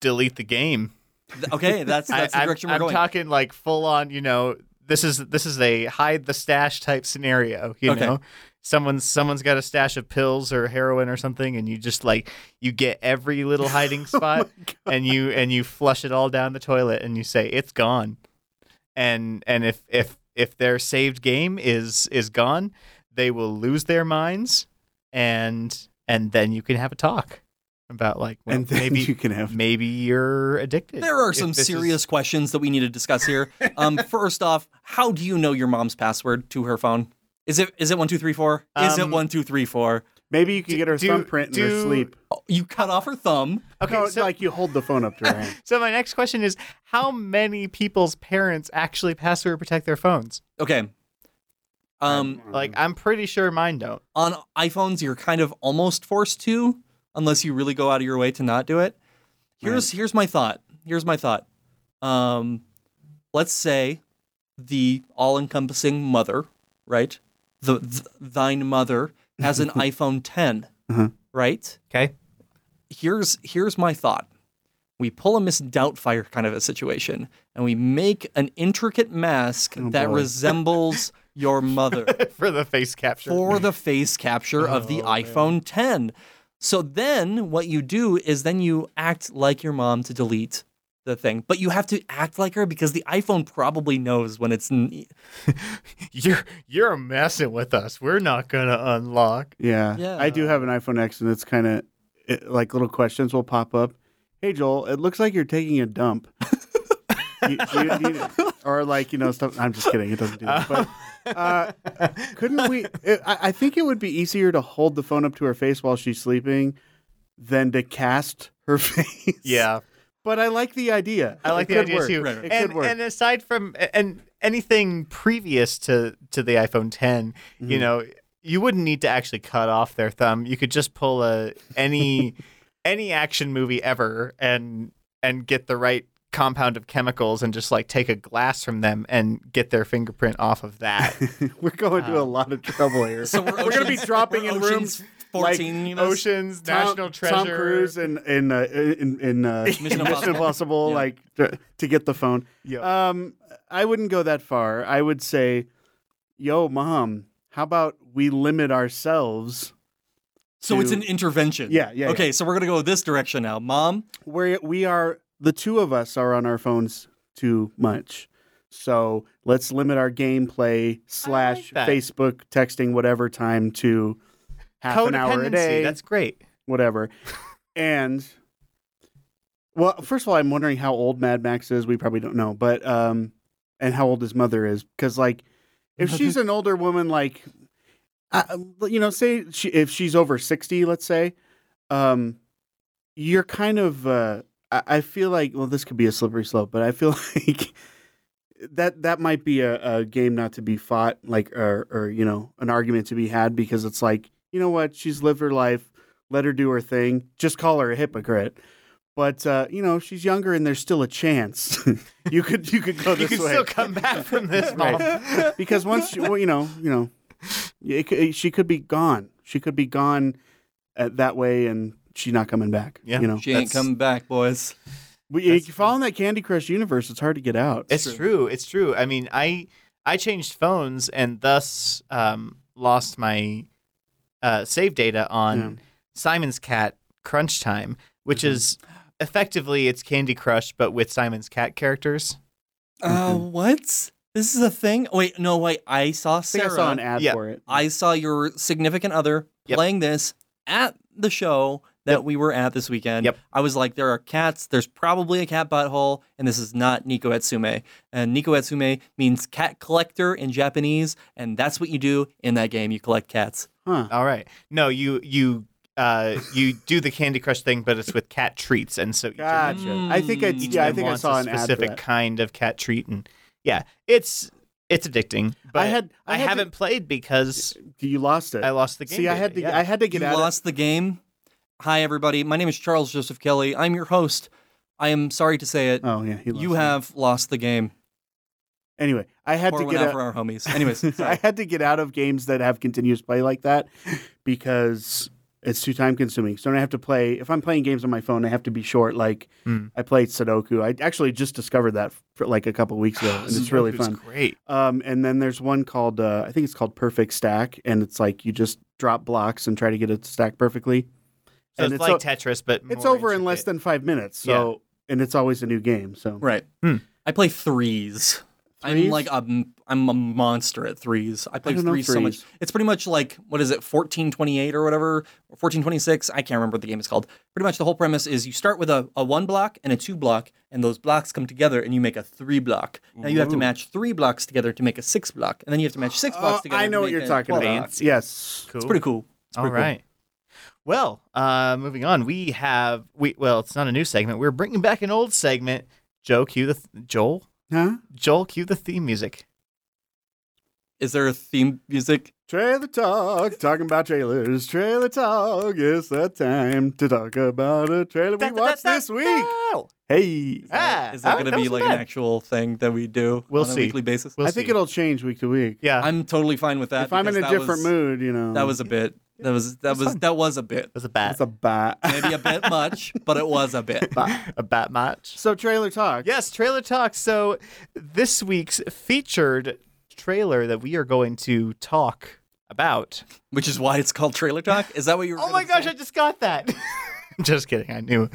Speaker 4: delete the game.
Speaker 3: Th- Okay, that's, that's the
Speaker 4: I,
Speaker 3: direction
Speaker 4: am
Speaker 3: we're going.
Speaker 4: talking like full on. You know, this is this is a hide the stash type scenario. You
Speaker 3: Okay.
Speaker 4: know, someone's someone's got a stash of pills or heroin or something, and you just like you get every little
Speaker 3: Oh
Speaker 4: hiding spot, and you and you flush it all down the toilet, and you say it's gone. And and if if if their saved game is is gone, they will lose their minds, and and then you can have a talk about like well,
Speaker 2: and then
Speaker 4: maybe
Speaker 2: you can have
Speaker 4: maybe you're addicted.
Speaker 3: There are
Speaker 4: If
Speaker 3: some
Speaker 4: this is-
Speaker 3: serious questions that we need to discuss here. Um, first off, how do you know your mom's password to her phone? Is it is it one two three four? Is it
Speaker 4: Um,
Speaker 3: one two three four?
Speaker 2: Maybe you could get her
Speaker 4: do-
Speaker 2: thumbprint in her
Speaker 4: do-
Speaker 2: sleep.
Speaker 3: You cut off her thumb.
Speaker 4: Okay,
Speaker 2: no,
Speaker 4: so,
Speaker 2: like you hold the phone up to her hand.
Speaker 4: so my next question is how many people's parents actually password protect their phones?
Speaker 3: Okay. Um,
Speaker 2: Mm.
Speaker 4: Like I'm pretty sure mine don't.
Speaker 3: on iPhones, you're kind of almost forced to, unless you really go out of your way to not do it. Here's here's my thought. Here's my thought. Um, let's say the all-encompassing mother, right? The, th- thine mother has an iPhone 10,
Speaker 2: Uh-huh.
Speaker 3: right?
Speaker 4: Okay.
Speaker 3: here's here's my thought. We pull a Miss Doubtfire kind of a situation, and we make an intricate mask that
Speaker 2: Oh, boy.
Speaker 3: resembles your mother
Speaker 4: For the face capture.
Speaker 3: for the face capture of the
Speaker 2: Oh,
Speaker 3: iPhone 10. So then, what you do is then you act like your mom to delete the thing, but you have to act like her because the iPhone probably knows when it's. n-
Speaker 4: You're you're messing with us. We're not gonna unlock.
Speaker 2: Yeah.
Speaker 3: Yeah.
Speaker 2: I do have an iPhone X, and it's kind of like little questions will pop up. Hey, Joel, it looks like you're taking a dump. You- you- you- or like you know stuff. I'm just kidding. It doesn't do that. But uh, couldn't we? It, I, I think it would be easier to hold the phone up to her face while she's sleeping than to cast her face.
Speaker 4: Yeah.
Speaker 2: But I like the idea.
Speaker 4: I like
Speaker 2: It
Speaker 4: the
Speaker 2: could
Speaker 4: idea
Speaker 2: work.
Speaker 4: too.
Speaker 3: Right, right.
Speaker 2: It
Speaker 4: and,
Speaker 2: could work.
Speaker 4: and aside from and anything previous to to the iPhone 10, you
Speaker 2: Mm-hmm.
Speaker 4: know, you wouldn't need to actually cut off their thumb. You could just pull a any any action movie ever and and get the right compound of chemicals and just like take a glass from them and get their fingerprint off of that.
Speaker 2: We're going
Speaker 4: Uh-huh.
Speaker 2: to a lot of trouble here.
Speaker 3: So we're,
Speaker 2: gonna be
Speaker 3: Ocean's-
Speaker 2: dropping
Speaker 3: we're
Speaker 2: in
Speaker 3: Ocean's
Speaker 2: rooms like
Speaker 3: 14 you know?
Speaker 4: Oceans,
Speaker 2: Tom-
Speaker 4: National Treasure.
Speaker 2: Tom Cruise in in uh, in, in uh, Mission,
Speaker 3: Impossible.
Speaker 2: Impossible,
Speaker 3: Yeah.
Speaker 2: like to, to get the phone.
Speaker 4: Yep.
Speaker 2: Um, I wouldn't go that far. I would say, "Yo, mom, how about we limit ourselves?
Speaker 3: So it's
Speaker 2: to-
Speaker 3: an intervention.
Speaker 2: Yeah, yeah, yeah.
Speaker 3: Okay, so we're gonna go this direction now, Mom.
Speaker 2: Where we are, the two of us are on our phones too much." So let's limit our gameplay slash
Speaker 4: that.
Speaker 2: Facebook texting whatever time to half an hour a
Speaker 4: Codependency,
Speaker 2: day.
Speaker 4: That's great.
Speaker 2: whatever. and well, first of all, I'm wondering how old Mad Max is. We probably don't know, but um, and how old his mother is, because like, if she's an older woman, like, I, you know, say she, if she's over sixty, let's say, um, you're kind of. Uh, I, I feel like well, this could be a slippery slope, but I feel like. That that might be a, a game not to be fought, like or or you know an argument to be had because it's like you know what she's lived her life let her do her thing. Just call her a hypocrite. But uh, you know, she's younger, and there's still a chance. you could you could go Oh,
Speaker 4: You
Speaker 2: this
Speaker 4: can
Speaker 2: way
Speaker 4: still come back from this, mom.
Speaker 2: Right. because once she, well, you know, you know, it, c- she could be gone. She could be gone uh, that way, and she's not coming back.
Speaker 4: Yeah.
Speaker 2: you know,
Speaker 3: She ain't
Speaker 4: That's-
Speaker 3: coming back, boys.
Speaker 2: we, if you fall in that Candy Crush universe, it's hard to get out.
Speaker 4: It's true. It's true. I mean, I I changed phones and thus um, lost my uh, save data on
Speaker 2: Yeah.
Speaker 4: Simon's Cat Crunch Time, which
Speaker 2: Mm-hmm.
Speaker 4: is effectively it's Candy Crush but with Simon's Cat characters.
Speaker 3: Uh, what? This is a thing? Wait, no, wait. I saw
Speaker 2: I think
Speaker 3: Sarah.
Speaker 2: I saw an ad
Speaker 4: Yeah.
Speaker 2: for it.
Speaker 3: I saw your significant other
Speaker 4: Yep.
Speaker 3: playing this at the show that we were at this weekend.
Speaker 4: Yep.
Speaker 3: I was like, there are cats. There's probably a cat butthole, and this is not Niko Etsume. And Niko Etsume means cat collector in Japanese, and that's what you do in that game. You collect cats.
Speaker 2: Huh.
Speaker 4: All right. No, you you uh you do the Candy Crush thing, but it's with cat treats, and so each of
Speaker 2: Gotcha. I think I
Speaker 3: Mm.
Speaker 4: each
Speaker 2: yeah, I
Speaker 4: of them
Speaker 2: think I
Speaker 4: wants
Speaker 2: saw
Speaker 4: a
Speaker 2: an ad for
Speaker 4: specific
Speaker 2: that.
Speaker 4: kind of cat treat, and yeah, it's it's addicting. But
Speaker 2: I had I,
Speaker 4: I,
Speaker 2: had to-
Speaker 4: haven't played because
Speaker 2: you lost it.
Speaker 4: I lost the game.
Speaker 2: See, I had to
Speaker 4: data,
Speaker 2: I had to get
Speaker 3: you
Speaker 2: out. of-
Speaker 3: lost the game. Hi, everybody. My name is Charles Joseph Kelly. I'm your host. I am sorry to say it.
Speaker 2: oh yeah, he lost
Speaker 3: you
Speaker 2: it.
Speaker 3: have lost the game.
Speaker 2: anyway. I had
Speaker 3: Pour
Speaker 2: to
Speaker 3: one
Speaker 2: get
Speaker 3: out
Speaker 2: out.
Speaker 3: for our homies. Anyways,
Speaker 2: I
Speaker 3: sorry.
Speaker 2: had to get out of games that have continuous play like that because it's too time consuming. So I have to play. If I'm playing games on my phone, I have to be short. Like
Speaker 4: Hmm.
Speaker 2: I played Sudoku. I actually just discovered that for like a couple weeks ago, and it's really
Speaker 4: Sudoku's
Speaker 2: fun.
Speaker 4: Great.
Speaker 2: Um, and then there's one called uh, I think it's called Perfect Stack, and it's like you just drop blocks and try to get it to stack perfectly.
Speaker 4: So
Speaker 2: And
Speaker 4: it's,
Speaker 2: it's
Speaker 4: like
Speaker 2: o-
Speaker 4: Tetris, but
Speaker 2: It's
Speaker 4: more
Speaker 2: over in less
Speaker 4: intricate.
Speaker 2: than five minutes. So and it's always a new game. So
Speaker 3: right.
Speaker 4: Hmm.
Speaker 3: I play threes. I'm
Speaker 2: Threes?
Speaker 3: like a, m- I'm a monster at threes. I play
Speaker 2: don't know
Speaker 3: threes so much.
Speaker 2: threes.
Speaker 3: It's pretty much like what is it, 1428 or whatever, 1426. I can't remember what the game is called. Pretty much the whole premise is you start with a, a one block and a two block, and those blocks come together and you make a three block. Now you have to
Speaker 2: Ooh.
Speaker 3: match three blocks together to make a six block, and then you have to match six
Speaker 2: Uh,
Speaker 3: blocks together.
Speaker 2: I
Speaker 3: to
Speaker 2: know what
Speaker 3: make
Speaker 2: you're
Speaker 3: a
Speaker 2: talking
Speaker 3: 12
Speaker 2: about.
Speaker 3: block.
Speaker 4: Fancy.
Speaker 2: Yes.
Speaker 4: cool.
Speaker 3: It's pretty cool. It's
Speaker 4: All
Speaker 3: pretty cool.
Speaker 4: right. Well, uh, moving on, we have we well, it's not a new segment. We're bringing back an old segment. Joe, cue the th- Joel.
Speaker 2: Huh?
Speaker 4: Joel, cue the theme music.
Speaker 3: Is there a theme music?
Speaker 2: Trailer talk, talking about trailers. Trailer talk, it's that time to talk about a trailer we watched this week. Hey,
Speaker 4: Ah,
Speaker 2: Uh,
Speaker 3: is that
Speaker 4: ah,
Speaker 3: going to
Speaker 4: that
Speaker 3: be
Speaker 4: wasn't
Speaker 3: like an
Speaker 4: bad.
Speaker 3: actual thing that we do
Speaker 4: We'll
Speaker 3: on a
Speaker 4: see.
Speaker 3: weekly basis?
Speaker 4: We'll
Speaker 2: I think
Speaker 4: see.
Speaker 2: it'll change week to week.
Speaker 4: Yeah,
Speaker 3: I'm totally fine with that.
Speaker 2: if I'm in
Speaker 3: because
Speaker 2: a
Speaker 3: that
Speaker 2: different
Speaker 3: was-
Speaker 2: mood, you know,
Speaker 3: that was a bit. That was that
Speaker 4: It's
Speaker 3: was
Speaker 4: fun.
Speaker 3: that was a bit.
Speaker 4: was a bat.
Speaker 2: it's a bat.
Speaker 3: Maybe a bit much, but it was a bit.
Speaker 4: a bat match.
Speaker 2: so trailer talk.
Speaker 4: Yes, trailer talk. So this week's featured trailer that we are going to talk about.
Speaker 3: Which is why it's called Trailer Talk. Is that what you were?
Speaker 4: Oh my
Speaker 3: gonna
Speaker 4: gosh,
Speaker 3: say?
Speaker 4: I just got that. just kidding. I knew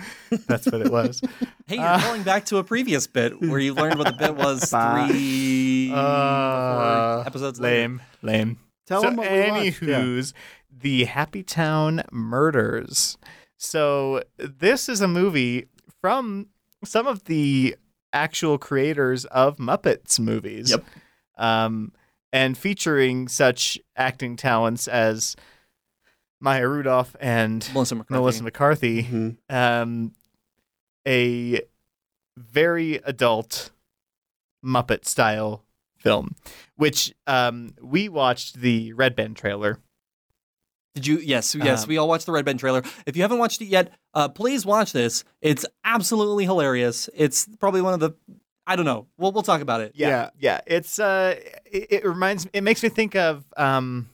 Speaker 4: that's what it was.
Speaker 3: Hey,
Speaker 4: Uh,
Speaker 3: you're going back to a previous bit where you learned what the bit was
Speaker 2: Bah.
Speaker 3: three
Speaker 4: Uh,
Speaker 3: four episodes later.
Speaker 4: lame, lame.
Speaker 2: Tell
Speaker 4: so,
Speaker 2: them what we watched. Yeah.
Speaker 4: anywho's the Happy Town Murders. So this is a movie from some of the actual creators of Muppets movies.
Speaker 3: Yep.
Speaker 4: Um, and featuring such acting talents as Maya Rudolph and
Speaker 3: Melissa McCarthy.
Speaker 4: Melissa McCarthy
Speaker 2: Mhm.
Speaker 4: um, a very adult Muppet style film, which um, we watched the Red Band trailer.
Speaker 3: Did you? Yes, yes.
Speaker 4: Um,
Speaker 3: we all watched the Red Band trailer. If you haven't watched it yet, uh, please watch this. It's absolutely hilarious. It's probably one of the. I don't know. We'll we'll talk about it.
Speaker 4: yeah, It's uh, it, it reminds it makes me think of um,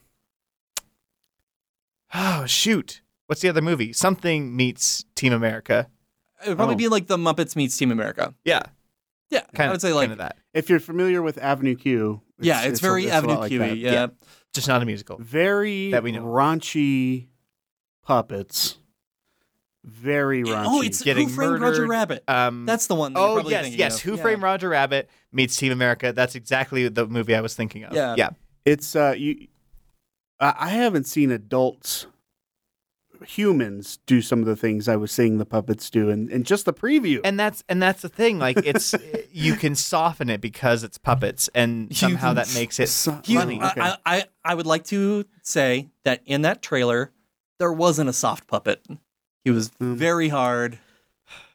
Speaker 4: oh shoot, what's the other movie? Something meets Team America.
Speaker 3: It would probably
Speaker 2: Oh.
Speaker 3: be like the Muppets meets Team America.
Speaker 4: Yeah,
Speaker 3: Yeah, I
Speaker 4: kind of
Speaker 3: would say like
Speaker 4: kind of that.
Speaker 2: If you're familiar with Avenue Q,
Speaker 3: yeah, it's,
Speaker 2: a-
Speaker 3: very
Speaker 2: it's a
Speaker 3: Avenue
Speaker 2: lot like
Speaker 3: Q. E,
Speaker 2: that.
Speaker 3: yeah.
Speaker 4: Yeah. Just not a musical.
Speaker 2: very
Speaker 4: That we know.
Speaker 2: raunchy puppets. Very raunchy.
Speaker 3: Oh, it's
Speaker 4: Getting
Speaker 3: Who Framed Roger
Speaker 4: murdered.
Speaker 3: Rabbit.
Speaker 4: Um,
Speaker 3: That's the one. That you're
Speaker 4: Oh
Speaker 3: probably
Speaker 4: yes,
Speaker 3: thinking
Speaker 4: yes.
Speaker 3: of.
Speaker 4: Who
Speaker 3: yeah.
Speaker 4: Framed Roger Rabbit meets Team America. That's exactly the movie I was thinking of.
Speaker 3: Yeah.
Speaker 4: yeah.
Speaker 2: It's uh you I I haven't seen adults humans do some of the things I was seeing the puppets do and, and just the preview.
Speaker 4: And that's and that's the thing. Like it's you can soften it because it's puppets, and
Speaker 3: You
Speaker 4: somehow
Speaker 3: can-
Speaker 4: that makes it
Speaker 2: So-
Speaker 3: You-
Speaker 4: funny.
Speaker 2: uh, okay.
Speaker 3: I, I, I- I would like to say that in that trailer, there wasn't a soft puppet. He was
Speaker 2: Mm.
Speaker 3: very hard.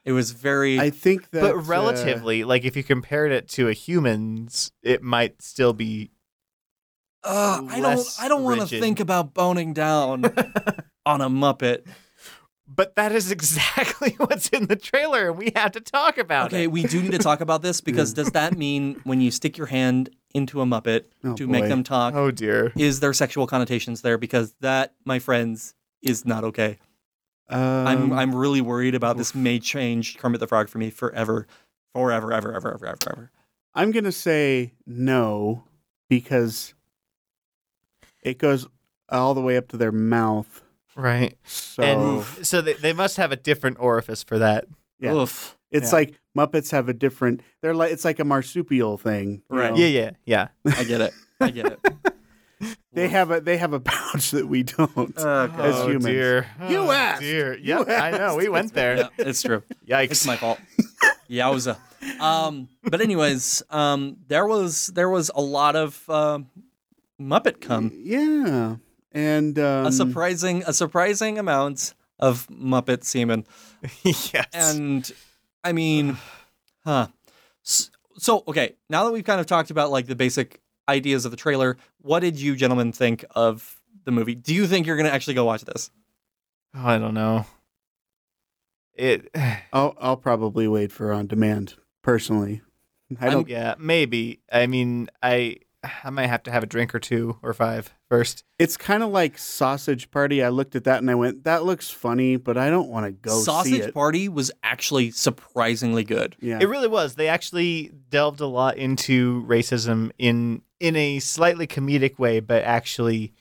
Speaker 3: It was very.
Speaker 2: I think that
Speaker 4: but
Speaker 2: uh,
Speaker 4: relatively, like if you compared it to a human's, it might still be.
Speaker 3: Ugh, I don't.
Speaker 4: less
Speaker 3: I don't want to
Speaker 4: rigid.
Speaker 3: think about boning down on a Muppet.
Speaker 4: But that is exactly what's in the trailer, and we have to talk about
Speaker 3: Okay,
Speaker 4: it.
Speaker 3: we do need to talk about this because does that mean when you stick your hand into a Muppet
Speaker 2: Oh,
Speaker 3: to make
Speaker 2: boy.
Speaker 3: them talk,
Speaker 4: Oh dear.
Speaker 3: is there sexual connotations there? Because that, my friends, is not okay. I'm
Speaker 2: um,
Speaker 3: I'm really worried about this may change Kermit the Frog for me forever, forever, ever, ever, ever, ever, ever.
Speaker 2: I'm gonna say no because it goes all the way up to their mouth.
Speaker 4: Right.
Speaker 2: So
Speaker 4: And so they, they must have a different orifice for that.
Speaker 2: Yeah.
Speaker 3: Oof.
Speaker 2: it's
Speaker 3: yeah.
Speaker 2: like Muppets have a different they're
Speaker 3: Oh.
Speaker 2: like it's like a marsupial thing. you
Speaker 3: Right.
Speaker 2: know?
Speaker 4: Yeah, yeah, yeah.
Speaker 3: I get it. I get it.
Speaker 2: They have a they have a pouch that we don't.
Speaker 3: Okay.
Speaker 2: As humans.
Speaker 4: dear.
Speaker 2: You
Speaker 4: Oh,
Speaker 2: asked.
Speaker 4: Dear.
Speaker 2: You
Speaker 4: Yeah, I know. We went there.
Speaker 3: it's true. It's
Speaker 4: Yikes.
Speaker 3: my fault. Yowza. Um, but anyways, um, there was there was a lot of uh, Muppet cum.
Speaker 2: yeah, and um,
Speaker 3: A surprising a surprising amount of Muppet semen.
Speaker 4: yes.
Speaker 3: And I mean, huh. S- So, okay, now that we've kind of talked about like the basic ideas of the trailer, what did you gentlemen think of the movie? Do you think you're going to actually go watch this?
Speaker 4: oh, I don't know. It.
Speaker 2: I'll I'll probably wait for on demand personally. I
Speaker 4: I'm-
Speaker 2: don't.
Speaker 4: yeah, maybe. I mean, I I might have to have a drink or two or five first.
Speaker 2: It's kind of like Sausage Party. I looked at that and I went, "That looks funny," but I don't want to go see
Speaker 3: Sausage
Speaker 2: it.
Speaker 3: Party was actually surprisingly good.
Speaker 2: yeah,
Speaker 4: It really was. They actually delved a lot into racism in in a slightly comedic way, but actually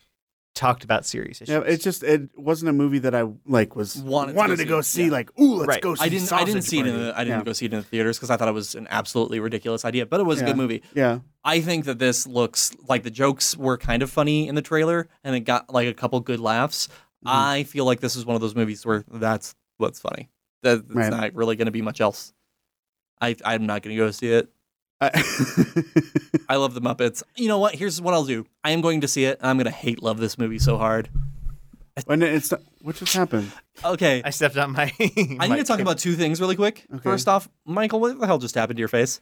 Speaker 4: talked about serious issues.
Speaker 2: yeah. It's just it wasn't a movie that I like was
Speaker 3: Wanted to
Speaker 2: wanted, to
Speaker 3: go
Speaker 2: go
Speaker 3: see,
Speaker 2: see.
Speaker 3: yeah.
Speaker 2: Like, ooh, let's
Speaker 4: Right.
Speaker 2: go see.
Speaker 3: I didn't. I didn't
Speaker 2: Sausage
Speaker 3: see it. In
Speaker 2: Party."
Speaker 3: the, I didn't
Speaker 2: Yeah.
Speaker 3: go see it in the theaters because I thought it was an absolutely ridiculous idea. But it was a
Speaker 2: Yeah.
Speaker 3: good movie.
Speaker 2: yeah.
Speaker 3: I think that this looks like the jokes were kind of funny in the trailer, and it got like a couple good laughs.
Speaker 2: Mm.
Speaker 3: I feel like this is one of those movies where that's what's funny. That- That's
Speaker 2: Right.
Speaker 3: not really going to be much else. I I'm not going to go see it. Uh,
Speaker 2: I-
Speaker 3: I love the Muppets. You know what? Here's what I'll do. I am going to see it. and I'm going to hate love this movie so hard.
Speaker 2: when it's not, what just happened?
Speaker 3: Okay.
Speaker 4: I stepped on my.
Speaker 3: I need to talk about two things really quick.
Speaker 2: Okay.
Speaker 3: First off, Michael, what the hell just happened to your face?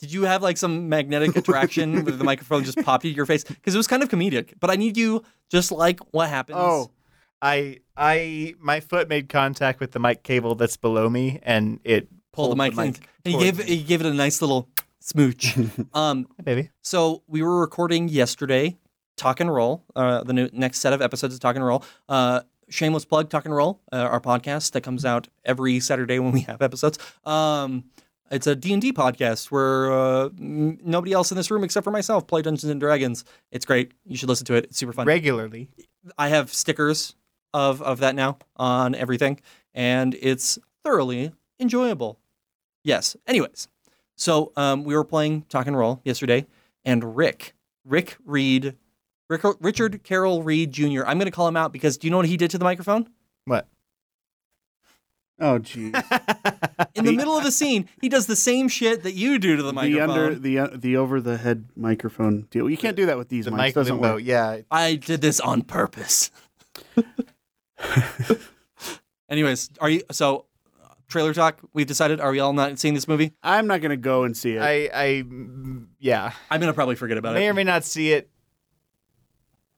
Speaker 3: Did you have like some magnetic attraction where the microphone just popped into your face? Because it was kind of comedic. But I need you just like what happens.
Speaker 2: Oh,
Speaker 4: I I my foot made contact with the mic cable that's below me, and it
Speaker 3: pull the mic. in. And he
Speaker 4: towards
Speaker 3: gave
Speaker 4: me.
Speaker 3: he gave it a nice little smooch. um,
Speaker 4: Hey, baby.
Speaker 3: So we were recording yesterday, Talk and Roll, uh, the new, next set of episodes of Talk and Roll. Uh, shameless plug, Talk and Roll, uh, our podcast that comes out every Saturday when we have episodes. Um, it's a D&D podcast where uh, n- nobody else in this room except for myself play Dungeons and Dragons. It's great. You should listen to it. It's super fun.
Speaker 4: Regularly,
Speaker 3: I have stickers of of that now on everything, and it's thoroughly enjoyable. Yes. Anyways, so um, we were playing Talk and Roll yesterday, and Rick, Rick Reed, Rick, Richard Carroll Reed Jr. I'm going to call him out because do you know what he did to the microphone?
Speaker 4: what?
Speaker 2: oh, geez.
Speaker 3: In the middle of the scene, he does the same shit that you do to the
Speaker 2: the
Speaker 3: microphone.
Speaker 2: under the uh, the over the head microphone deal. You can't do that with these
Speaker 4: The
Speaker 2: mics.
Speaker 4: mic
Speaker 2: doesn't
Speaker 4: limbo.
Speaker 2: work.
Speaker 4: Yeah,
Speaker 3: I did this on purpose. Anyways, are you so? Trailer talk. We've decided. Are we all not seeing this movie?
Speaker 2: I'm not gonna go and see it.
Speaker 4: I I mm, yeah.
Speaker 3: I'm gonna probably forget about
Speaker 4: may
Speaker 3: it.
Speaker 4: or may not see it,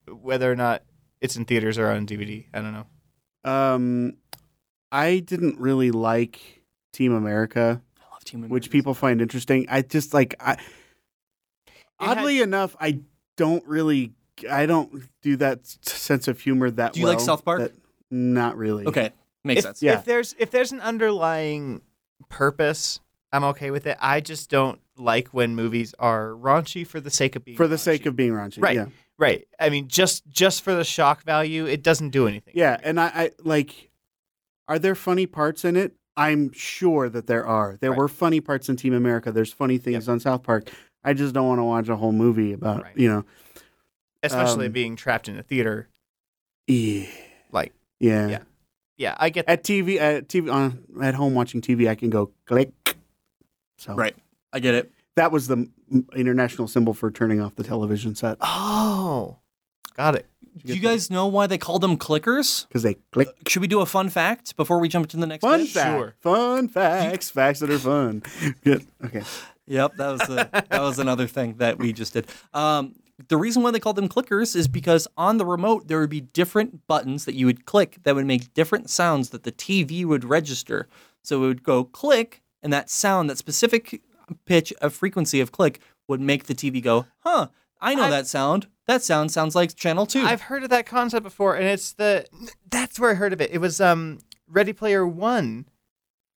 Speaker 4: whether or not it's in theaters or on DVD. I don't know.
Speaker 2: um, I didn't really like Team America,
Speaker 3: I love Team
Speaker 2: which
Speaker 3: America.
Speaker 2: people find interesting. I just like I.
Speaker 4: had-
Speaker 2: Oddly enough, I don't really. I don't do that s- sense of humor that.
Speaker 3: Do you like
Speaker 2: well,
Speaker 3: South Park?
Speaker 2: that- not really.
Speaker 3: Okay, makes
Speaker 4: if,
Speaker 3: sense.
Speaker 2: Yeah.
Speaker 4: If there's if there's an underlying purpose, I'm okay with it. I just don't like when movies are raunchy for the sake of being
Speaker 2: For the
Speaker 4: raunchy.
Speaker 2: sake of being raunchy,
Speaker 4: Right.
Speaker 2: Yeah.
Speaker 4: right. I mean, just just for the shock value, it doesn't do anything.
Speaker 2: Yeah, and I, I like. Are there funny parts in it? I'm sure that there are. There
Speaker 4: Right.
Speaker 2: were funny parts in Team America. There's funny things on South Park. I just don't want to watch a whole movie about
Speaker 4: Right.
Speaker 2: you know.
Speaker 4: especially
Speaker 2: um,
Speaker 4: being trapped in a theater.
Speaker 2: Yeah.
Speaker 4: Like,
Speaker 2: e. Yeah.
Speaker 4: yeah. Yeah, I get that.
Speaker 2: At TV, at TV, on at home watching TV, I can go click. So
Speaker 3: Right. I get it.
Speaker 2: that was the m- international symbol for turning off the television set
Speaker 4: Oh, got it.
Speaker 3: Do you guys know why they call them clickers?
Speaker 2: because they click.
Speaker 3: Should we do a fun fact before we jump to the next
Speaker 2: Fun
Speaker 3: bit?
Speaker 2: fact.
Speaker 4: Sure.
Speaker 2: Fun facts. Facts that are fun. Good. Okay.
Speaker 3: Yep, that was the, that was another thing that we just did. Um, the reason why they called them clickers is because on the remote there would be different buttons that you would click that would make different sounds that the TV would register. So it would go click, and that sound, that specific pitch of frequency of click, would make the TV go, "Huh, I know
Speaker 4: I've-
Speaker 3: that sound. That sound sounds like channel 2
Speaker 4: I've heard of that concept before, and it's the that's where I heard of it. It was um Ready Player One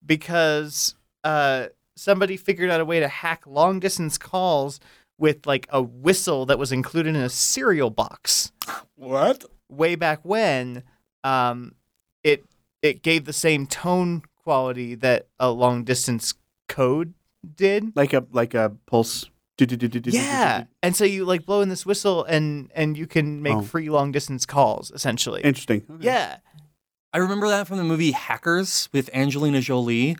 Speaker 4: because uh somebody figured out a way to hack long distance calls with like a whistle that was included in a cereal box
Speaker 3: What?
Speaker 4: way back when. Um, it it gave the same tone quality that a long distance code did.
Speaker 2: Like a like a pulse
Speaker 4: Yeah, and so you like blow in this whistle, and and you can make
Speaker 2: Oh.
Speaker 4: free long distance calls essentially.
Speaker 2: Interesting. Okay.
Speaker 4: yeah,
Speaker 3: I remember that from the movie Hackers with Angelina Jolie,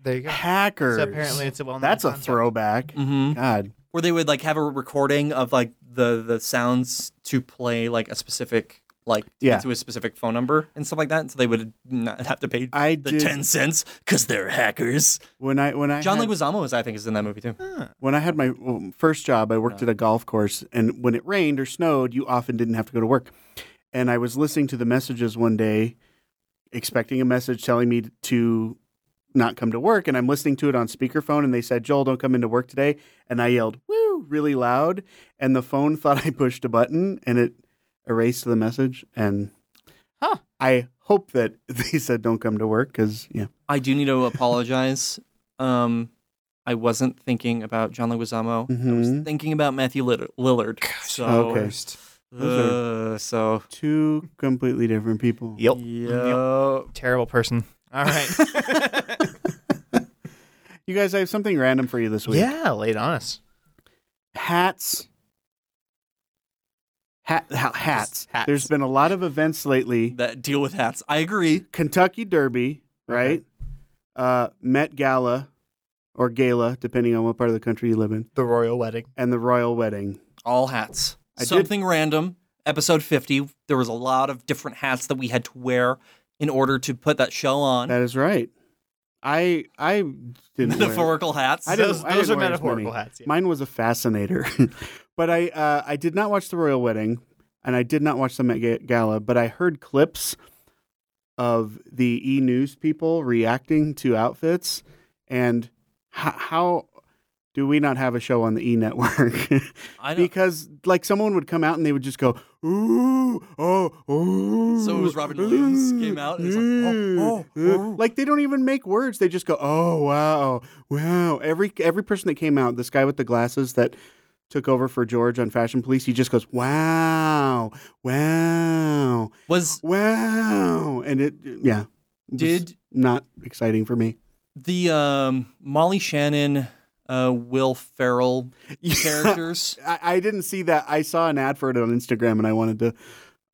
Speaker 4: there you go.
Speaker 2: Hackers.
Speaker 4: So apparently, it's a well.
Speaker 2: that's a throwback.
Speaker 3: hmm
Speaker 2: God.
Speaker 3: where they would like have a recording of like the the sounds to play like a specific like
Speaker 2: Yeah.
Speaker 3: to a specific phone number and stuff like that. So they would not have to pay
Speaker 2: I
Speaker 3: the
Speaker 2: did
Speaker 3: ten cents because they're hackers.
Speaker 2: when I when I
Speaker 3: John
Speaker 2: had,
Speaker 3: Leguizamo is I think is in that movie too.
Speaker 2: when I had my um, first job, I worked at a golf course, and when it rained or snowed, you often didn't have to go to work. And I was listening to the messages one day, expecting a message telling me to not come to work, and I'm listening to it on speakerphone, and they said, "Joel, don't come into work today," and I yelled, "Woo!" really loud, and the phone thought I pushed a button, and it erased the message, and
Speaker 4: Huh.
Speaker 2: I hope that they said don't come to work because yeah,
Speaker 3: I do need to apologize. um, I wasn't thinking about John Leguizamo. I was
Speaker 2: Mhm.
Speaker 3: thinking about Matthew Lillard. Lillard. so,
Speaker 2: okay.
Speaker 3: uh, so
Speaker 2: two completely different people.
Speaker 4: Yep.
Speaker 3: yeah.
Speaker 4: Terrible person. All right.
Speaker 2: You guys, I have something random for you this week.
Speaker 4: yeah, late on us.
Speaker 2: Hats. Hat, ha- hats.
Speaker 4: hats.
Speaker 2: There's been a lot of events lately.
Speaker 3: That deal with hats. I agree.
Speaker 2: Kentucky Derby, right? Uh, Met Gala or Gala, depending on what part of the country you live in,
Speaker 4: The royal wedding.
Speaker 2: and the Royal Wedding.
Speaker 3: All hats.
Speaker 2: I did-
Speaker 3: Something random. Episode 50. There was a lot of different hats that we had to wear in order to put that show on.
Speaker 2: That is right. I I didn't wear it.
Speaker 3: Metaphorical hats.
Speaker 2: I didn't-
Speaker 4: those
Speaker 2: I
Speaker 4: those are
Speaker 2: didn't wear as
Speaker 4: metaphorical
Speaker 2: many.
Speaker 4: hats. yeah.
Speaker 2: Mine was a fascinator, but I uh, I did not watch the royal wedding, and I did not watch the Met Ga- Gala, but I heard clips of the E News people reacting to outfits, and h- how do we not have a show on the E Network?
Speaker 3: I don't.
Speaker 2: because like someone would come out and they would just go, ooh, oh, oh.
Speaker 3: So it was Robin Williams came out and was like, "Oh, oh, oh."
Speaker 2: Like they don't even make words. They just go, oh, wow, wow. Every every person that came out, this guy with the glasses that took over for George on Fashion Police, he just goes, wow, wow,
Speaker 3: Was
Speaker 2: wow, and it, yeah, it was
Speaker 3: Did-
Speaker 2: not exciting for me.
Speaker 3: the um, Molly Shannon, uh, Will Ferrell characters?
Speaker 2: I, I didn't see that. I saw an ad for it on Instagram, and I wanted to.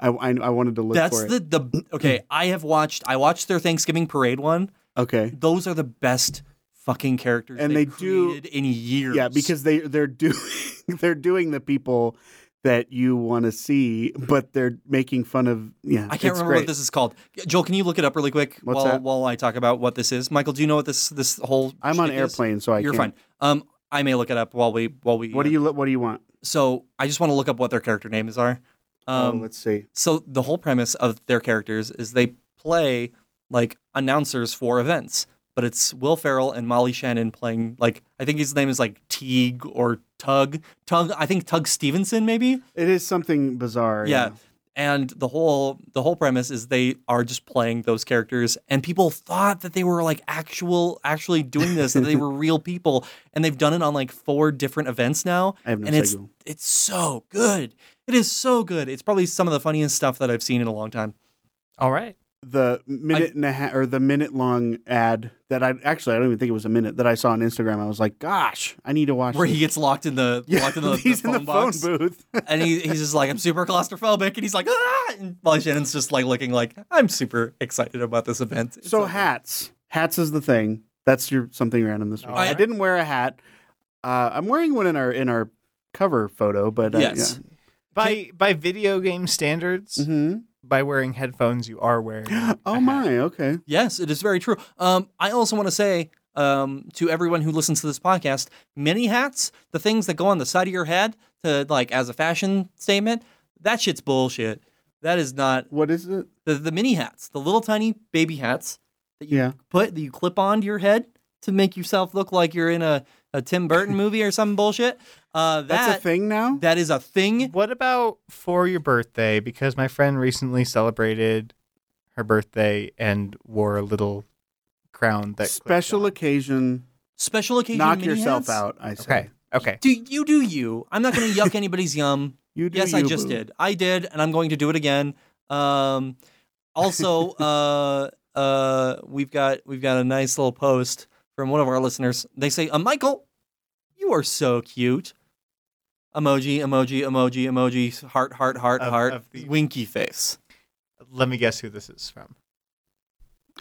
Speaker 2: I, I, I wanted to look
Speaker 3: That's
Speaker 2: for
Speaker 3: the
Speaker 2: it.
Speaker 3: the okay. I have watched. I watched their Thanksgiving parade one.
Speaker 2: Okay.
Speaker 3: Those are the best fucking characters,
Speaker 2: And
Speaker 3: they
Speaker 2: they do-
Speaker 3: created in years.
Speaker 2: Yeah, because they they're doing they're doing the people that you want to see, but they're making fun of. Yeah,
Speaker 3: I
Speaker 2: it's
Speaker 3: can't remember
Speaker 2: great.
Speaker 3: what this is called. Joel, can you look it up really quick
Speaker 2: What's
Speaker 3: while
Speaker 2: that?
Speaker 3: while I talk about what this is? Michael, do you know what this this whole?
Speaker 2: I'm on
Speaker 3: shtick is?
Speaker 2: airplane, so I
Speaker 3: You're
Speaker 2: can't.
Speaker 3: fine. Um, I may look it up while we while we. uh,
Speaker 2: What do you What do you want?
Speaker 3: So I just want to look up what their character names are. Um,
Speaker 2: oh, let's see.
Speaker 3: so the whole premise of their characters is they play like announcers for events but it's will ferrell and molly shannon playing like i think his name is like teague or tug tug i think tug stevenson maybe
Speaker 2: It is something bizarre.
Speaker 3: yeah and the whole the whole premise is they are just playing those characters and people thought that they were like actual actually doing this that they were real people and they've done it on like four different events now
Speaker 2: I have no
Speaker 3: and it's
Speaker 2: signal.
Speaker 3: it's so good it is so good it's probably some of the funniest stuff that i've seen in a long time
Speaker 4: All right.
Speaker 2: The minute and a half or the minute long ad that I actually I don't even think it was a minute that I saw on Instagram. I was like, gosh, I need to watch.
Speaker 3: where
Speaker 2: this.
Speaker 3: he gets locked in the
Speaker 2: yeah,
Speaker 3: locked in the, the
Speaker 2: he's
Speaker 3: phone
Speaker 2: in the
Speaker 3: box,
Speaker 2: phone booth.
Speaker 3: and he, he's just like, "I'm super claustrophobic," and he's like, "Ah!" And Molly Shannon's just like looking like, "I'm super excited about this event." It's
Speaker 2: So
Speaker 3: like-
Speaker 2: hats, hats is the thing. That's your something random this week.
Speaker 4: Alright.
Speaker 2: I didn't wear a hat. Uh, I'm wearing one in our in our cover photo, but uh,
Speaker 3: Yes.
Speaker 4: By by video game standards,
Speaker 2: Yeah. hmm
Speaker 4: by wearing headphones, you are wearing. a
Speaker 2: Oh
Speaker 4: hat.
Speaker 2: my. Okay.
Speaker 3: Yes, it is very true. Um, I also want to say um, to everyone who listens to this podcast, mini hats, the things that go on the side of your head to like as a fashion statement, that shit's bullshit. That is not
Speaker 2: What is it?
Speaker 3: the the mini hats, the little tiny baby hats that you
Speaker 2: Yeah.
Speaker 3: put that you clip onto your head to make yourself look like you're in a, a Tim Burton movie or some bullshit. Uh, that,
Speaker 2: That's a thing now.
Speaker 3: That is a thing.
Speaker 4: What about for your birthday? Because my friend recently celebrated her birthday and wore a little crown that clipped
Speaker 2: Special
Speaker 4: on.
Speaker 2: occasion.
Speaker 3: Special occasion.
Speaker 2: Knock
Speaker 3: mini
Speaker 2: yourself
Speaker 3: hats?
Speaker 2: out. I say.
Speaker 4: Okay. Okay.
Speaker 3: Do you do you? I'm not going to yuck anybody's yum.
Speaker 2: You do.
Speaker 3: yes, I
Speaker 2: you,
Speaker 3: just
Speaker 2: boo.
Speaker 3: did. I did, and I'm going to do it again. Um, also, uh, uh, we've got we've got a nice little post from one of our listeners. They say, uh, "Michael, you are so cute." emoji, emoji, emoji, emoji, heart, heart, heart,
Speaker 4: Of-
Speaker 3: heart,
Speaker 4: of the-
Speaker 3: winky face.
Speaker 4: Let me guess who this is from.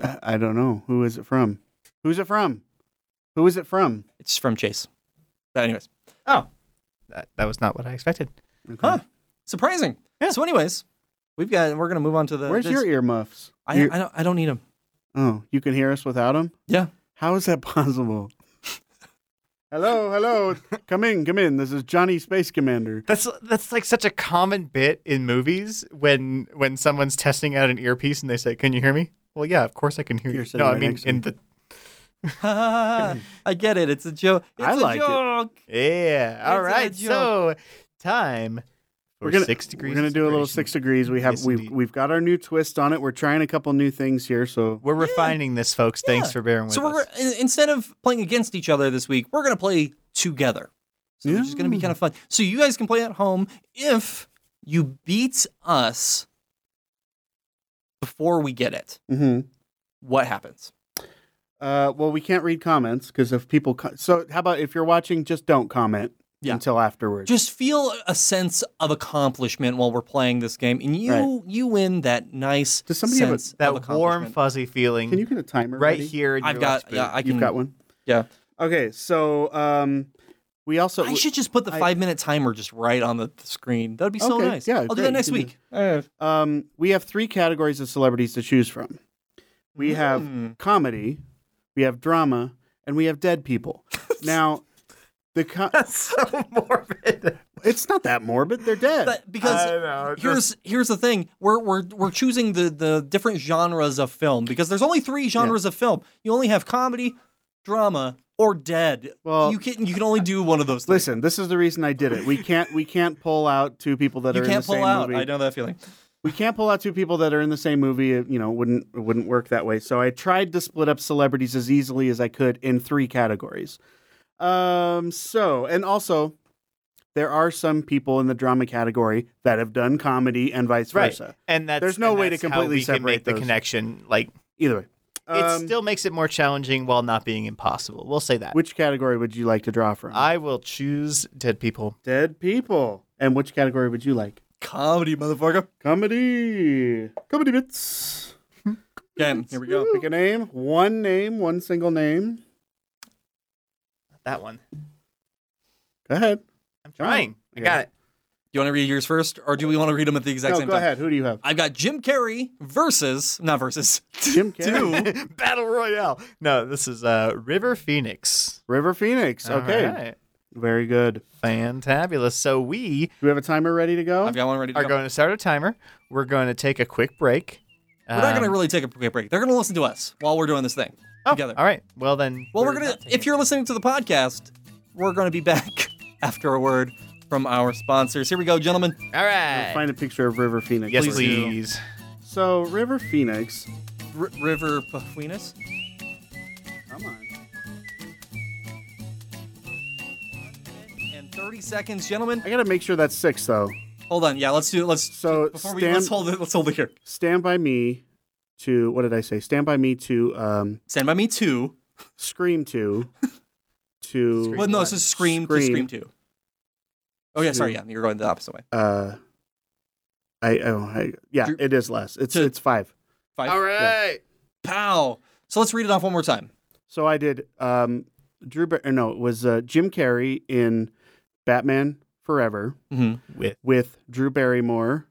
Speaker 2: I, I don't know. Who is it from? Who's it from? Who is it from?
Speaker 3: It's from Chase. But anyways,
Speaker 2: Oh.
Speaker 4: That, that was not what I expected.
Speaker 2: Okay.
Speaker 3: Huh. surprising.
Speaker 4: Yeah.
Speaker 3: So anyways, we've got we're gonna move on to the.
Speaker 2: Where's
Speaker 3: this-
Speaker 2: your earmuffs?
Speaker 3: I,
Speaker 2: Your-
Speaker 3: I don't I don't need them.
Speaker 2: oh, you can hear us without them?
Speaker 3: Yeah.
Speaker 2: How is that possible? hello, hello. Come in, come in. This is Johnny Space Commander.
Speaker 4: That's that's like such a common bit in movies when when someone's testing out an earpiece and they say, "Can you hear me?" Well, yeah, of course I can hear
Speaker 2: You're
Speaker 4: you.
Speaker 2: sitting
Speaker 4: No, I
Speaker 2: right
Speaker 4: mean
Speaker 2: next to me.
Speaker 4: in the
Speaker 3: I get it. It's a joke. It's
Speaker 2: I
Speaker 3: a
Speaker 2: like it.
Speaker 3: joke.
Speaker 4: yeah.
Speaker 3: It's a
Speaker 4: All right,
Speaker 3: joke.
Speaker 4: so time for
Speaker 2: We're gonna
Speaker 4: six degrees.
Speaker 2: We're gonna do a little
Speaker 4: of separation.
Speaker 2: six degrees. We have
Speaker 4: Yes,
Speaker 2: we've
Speaker 4: indeed.
Speaker 2: we've got our new twist on it. We're trying a couple new things here. So
Speaker 4: We're refining this, folks. Thanks
Speaker 3: Yeah.
Speaker 4: for bearing with
Speaker 3: So we're
Speaker 4: us.
Speaker 3: in- instead of playing against each other this week, we're gonna play together. So which is gonna be
Speaker 2: Yeah.
Speaker 3: kind of fun. So you guys can play at home if you beat us before we get it.
Speaker 2: Mhm.
Speaker 3: What happens?
Speaker 2: Uh, well, we can't read comments because if people. Co- so, how about if you're watching, just don't comment
Speaker 3: Yeah.
Speaker 2: until afterwards.
Speaker 3: Just feel a sense of accomplishment while we're playing this game, and you
Speaker 2: Right.
Speaker 3: you win that nice
Speaker 2: Does somebody have a-
Speaker 3: sense of
Speaker 4: That warm,
Speaker 3: accomplishment.
Speaker 4: fuzzy feeling
Speaker 2: Can you get a timer
Speaker 4: right
Speaker 2: ready?
Speaker 4: here. In
Speaker 3: I've
Speaker 4: your
Speaker 3: got
Speaker 4: left
Speaker 3: yeah.
Speaker 4: boot.
Speaker 3: I can.
Speaker 2: You've got one.
Speaker 3: Yeah.
Speaker 2: Okay, so um, we also.
Speaker 3: I should just put the
Speaker 2: I-
Speaker 3: five minute timer just right on the screen. That'd be so
Speaker 2: Okay,
Speaker 3: nice.
Speaker 2: yeah,
Speaker 3: I'll do
Speaker 2: great,
Speaker 3: that
Speaker 2: you
Speaker 3: next
Speaker 2: can do
Speaker 3: week.
Speaker 2: um, we have three categories of celebrities to choose from. We have
Speaker 3: Mm.
Speaker 2: comedy, we have drama, and we have dead people. now, the co-
Speaker 4: That's so morbid.
Speaker 2: it's not that morbid. They're dead.
Speaker 3: But because
Speaker 2: Uh,
Speaker 4: I know, just-
Speaker 3: here's here's the thing we're we're we're choosing the the different genres of film because there's only three genres of film. You only have comedy, drama, or dead.
Speaker 2: Well-
Speaker 3: you can you can only do one of those. Three.
Speaker 2: Listen, this is the reason I did it. We can't we can't pull out two people that
Speaker 3: you
Speaker 2: are in
Speaker 3: can't
Speaker 2: the
Speaker 3: pull
Speaker 2: same
Speaker 3: out.
Speaker 2: movie.
Speaker 3: I know that feeling.
Speaker 2: we can't pull out two people that are in the same movie. It, you know, wouldn't it wouldn't work that way. So I tried to split up celebrities as easily as I could in three categories. Um, so and also, there are some people in the drama category that have done comedy and vice
Speaker 4: Right.
Speaker 2: versa.
Speaker 4: and that's
Speaker 2: There's no
Speaker 4: and
Speaker 2: way to
Speaker 4: that's how
Speaker 2: completely
Speaker 4: we can
Speaker 2: separate
Speaker 4: make the
Speaker 2: those.
Speaker 4: connection. Like
Speaker 2: Either way,
Speaker 4: it
Speaker 2: Um,
Speaker 4: still makes it more challenging while not being impossible. We'll say that.
Speaker 2: which category would you like to draw from?
Speaker 4: I will choose dead people.
Speaker 2: Dead people. And which category would you like?
Speaker 3: Comedy, motherfucker.
Speaker 2: Comedy. Comedy bits.
Speaker 3: Okay, here we go.
Speaker 2: Pick a name. One name. One single name.
Speaker 4: That one.
Speaker 2: Go ahead.
Speaker 4: I'm
Speaker 2: Come on.
Speaker 4: trying. I
Speaker 2: Yeah.
Speaker 4: got it.
Speaker 3: Do you want to read yours first, or do we want to read them at the exact
Speaker 2: No,
Speaker 3: same
Speaker 2: go
Speaker 3: time?
Speaker 2: ahead. Who do you have?
Speaker 3: I've got Jim Carrey versus not versus
Speaker 2: Jim Carrey.
Speaker 4: Battle Royale. No, this is uh, River Phoenix.
Speaker 2: River Phoenix. Okay.
Speaker 4: All right.
Speaker 2: Very good. Do
Speaker 4: Fantabulous. So we
Speaker 2: we have a timer ready to go?
Speaker 3: I've got one ready. To
Speaker 4: are
Speaker 3: go.
Speaker 4: going to start a timer. We're going to take a quick break. Um,
Speaker 3: We're not going to really take a quick break. They're going to listen to us while we're doing this thing
Speaker 2: Oh,
Speaker 3: together.
Speaker 4: oh, All right. Well then.
Speaker 3: Well, we're gonna. If you're listening to the podcast, we're gonna be back after a word from our sponsors. Here we go, gentlemen.
Speaker 4: All right.
Speaker 2: Find a picture of River Phoenix.
Speaker 4: yes,
Speaker 3: please do.
Speaker 4: please.
Speaker 2: So, River Phoenix.
Speaker 3: R- River Pafuinas.
Speaker 2: Come on.
Speaker 3: And 30 seconds, gentlemen.
Speaker 2: I got to make sure that's six, though.
Speaker 3: Hold on. Yeah, let's do. Let's
Speaker 2: So,
Speaker 3: before we
Speaker 2: stand,
Speaker 3: let's hold it. Let's hold it here.
Speaker 2: stand by me to, what did I say? Stand by me to um,
Speaker 3: Stand by me two.
Speaker 2: Scream to, to
Speaker 4: Scream.
Speaker 3: Well, no, this is scream, to
Speaker 2: Scream.
Speaker 3: scream two. Oh yeah, sorry. Yeah,
Speaker 2: Scream.
Speaker 3: you're going the opposite way.
Speaker 2: uh, I, oh, I, yeah,
Speaker 3: Dr-
Speaker 2: it is less. It's
Speaker 3: to-
Speaker 2: it's five.
Speaker 3: Five.
Speaker 4: All right.
Speaker 3: Pow. So let's read it off one more time.
Speaker 2: So I did um, Drew. Bar- or no, it was uh, Jim Carrey in Batman Forever
Speaker 3: Mm-hmm.
Speaker 4: With
Speaker 2: with Drew Barrymore.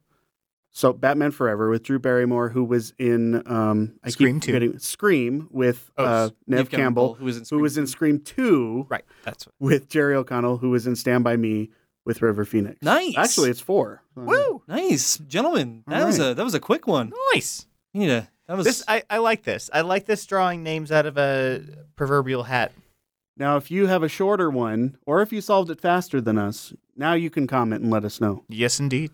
Speaker 2: So Batman Forever with Drew Barrymore, who was in um, I
Speaker 4: Scream
Speaker 2: keep
Speaker 4: 2.
Speaker 2: forgetting- Scream with
Speaker 4: Oh,
Speaker 2: uh,
Speaker 4: s-
Speaker 2: Nev Campbell,
Speaker 3: who was in
Speaker 2: who
Speaker 3: Scream
Speaker 2: was in Scream Two
Speaker 4: right. That's what.
Speaker 2: with Jerry O'Connell, who was in Stand by Me with River Phoenix.
Speaker 3: Nice.
Speaker 2: Actually, it's four.
Speaker 4: Woo.
Speaker 3: nice, gentlemen. That
Speaker 2: All
Speaker 3: was
Speaker 2: right.
Speaker 3: a that was a quick one.
Speaker 4: Nice.
Speaker 3: You need a that was
Speaker 4: This I, I like this. I like this drawing names out of a proverbial hat.
Speaker 2: Now, if you have a shorter one, or if you solved it faster than us, now you can comment and let us know.
Speaker 4: Yes, indeed.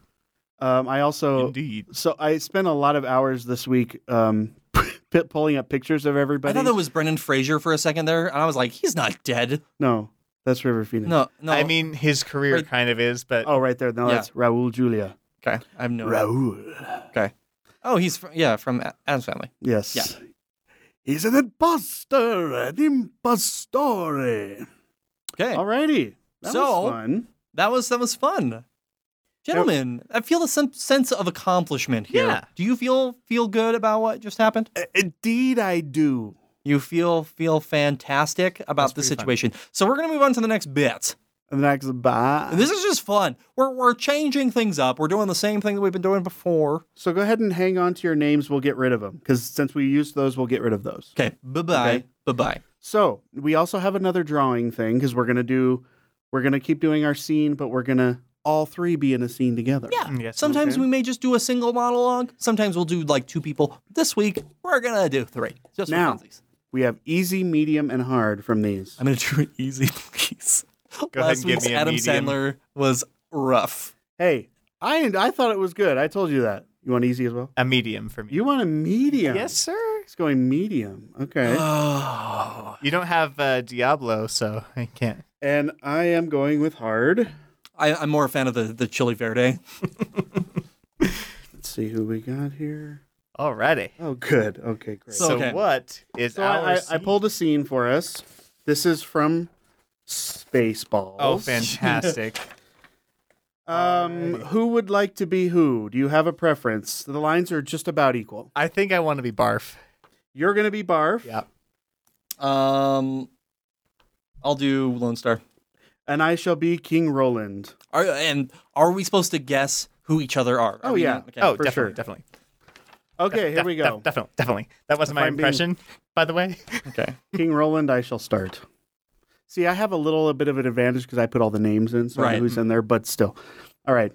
Speaker 2: Um, I also
Speaker 4: Indeed.
Speaker 2: So I spent a lot of hours this week um, p- pulling up pictures of everybody.
Speaker 3: I thought that was Brendan Fraser for a second there, and I was like, he's not dead.
Speaker 2: no, that's River Phoenix.
Speaker 3: No, no.
Speaker 4: I mean, his career
Speaker 3: Right.
Speaker 4: kind of is, but
Speaker 2: Oh, right there. No,
Speaker 3: Yeah.
Speaker 2: that's Raul Julia.
Speaker 3: okay, I have no. idea.
Speaker 2: Raul.
Speaker 3: Oh, he's fr- yeah from A- Adam's Family.
Speaker 2: Yes.
Speaker 3: Yeah.
Speaker 2: He's an imposter, an impostore.
Speaker 3: Okay,
Speaker 2: Alrighty. That
Speaker 3: So-
Speaker 2: was fun.
Speaker 3: That was that was fun. Gentlemen, I feel a sen- sense of accomplishment here.
Speaker 4: Yeah.
Speaker 3: Do you feel feel good about what just happened?
Speaker 2: Uh, Indeed, I do.
Speaker 3: You feel feel fantastic about
Speaker 4: That's
Speaker 3: the
Speaker 4: pretty fun.
Speaker 3: situation. So we're gonna move on to the next bit.
Speaker 2: The next
Speaker 4: Ah.
Speaker 2: bye.
Speaker 3: This is just fun. We're we're changing things up. We're doing the same thing that we've been doing before.
Speaker 2: so go ahead and hang on to your names. We'll get rid of them because since we used those, we'll get rid of those.
Speaker 3: Okay. Bye bye.
Speaker 2: Okay.
Speaker 3: Bye bye.
Speaker 2: So we also have another drawing thing because we're gonna do, we're gonna keep doing our scene, but we're gonna all three be in a scene together.
Speaker 3: Yeah.
Speaker 4: Yes,
Speaker 3: Sometimes
Speaker 2: okay.
Speaker 3: we may just do a single monologue. Sometimes we'll do like two people. This week we're gonna do three. Just for
Speaker 2: Now.
Speaker 3: funsies.
Speaker 2: We have easy, medium, and hard from these.
Speaker 3: I'm gonna do it easy, please.
Speaker 4: Go ahead
Speaker 3: Last
Speaker 4: and give
Speaker 3: week's
Speaker 4: me a
Speaker 3: Adam
Speaker 4: medium.
Speaker 3: Sandler was rough.
Speaker 2: Hey, I I thought it was good. I told you that. You want easy as well.
Speaker 4: a medium for me.
Speaker 2: You want a medium?
Speaker 4: Yes, Uh. sir.
Speaker 2: It's going medium. Okay.
Speaker 3: Oh.
Speaker 4: You don't have uh, Diablo, so I can't.
Speaker 2: and I am going with hard.
Speaker 3: I, I'm more a fan of the, the Chili Verde.
Speaker 2: Let's see who we got here.
Speaker 4: Alrighty.
Speaker 2: Oh, good. Okay, great.
Speaker 3: So-
Speaker 2: So,
Speaker 4: So
Speaker 3: Okay.
Speaker 4: what is our?
Speaker 2: I, I, I
Speaker 4: scene?
Speaker 2: pulled a scene for us. This is from Spaceballs.
Speaker 4: Oh, fantastic!
Speaker 2: Um, who would like to be who? Do you have a preference? The lines are just about equal.
Speaker 4: I think I want to be Barf.
Speaker 2: You're gonna be Barf,
Speaker 4: Yeah.
Speaker 3: Um, I'll do Lone Star.
Speaker 2: and I shall be King Roland.
Speaker 3: Are, and are we supposed to guess who each other are? Are
Speaker 2: Oh,
Speaker 3: we-
Speaker 2: yeah.
Speaker 3: Okay.
Speaker 4: oh,
Speaker 2: for
Speaker 4: definitely,
Speaker 2: sure.
Speaker 4: definitely.
Speaker 2: Okay, here
Speaker 4: Def-
Speaker 2: we
Speaker 4: def-
Speaker 2: go.
Speaker 4: definitely, definitely. That wasn't
Speaker 2: If
Speaker 4: my
Speaker 2: I'm being-
Speaker 4: impression, by the way.
Speaker 3: okay.
Speaker 2: King Roland, I shall start. See, I have a little bit of an advantage because I put all the names in, so I know
Speaker 3: Right.
Speaker 2: who's in there, but still. All right.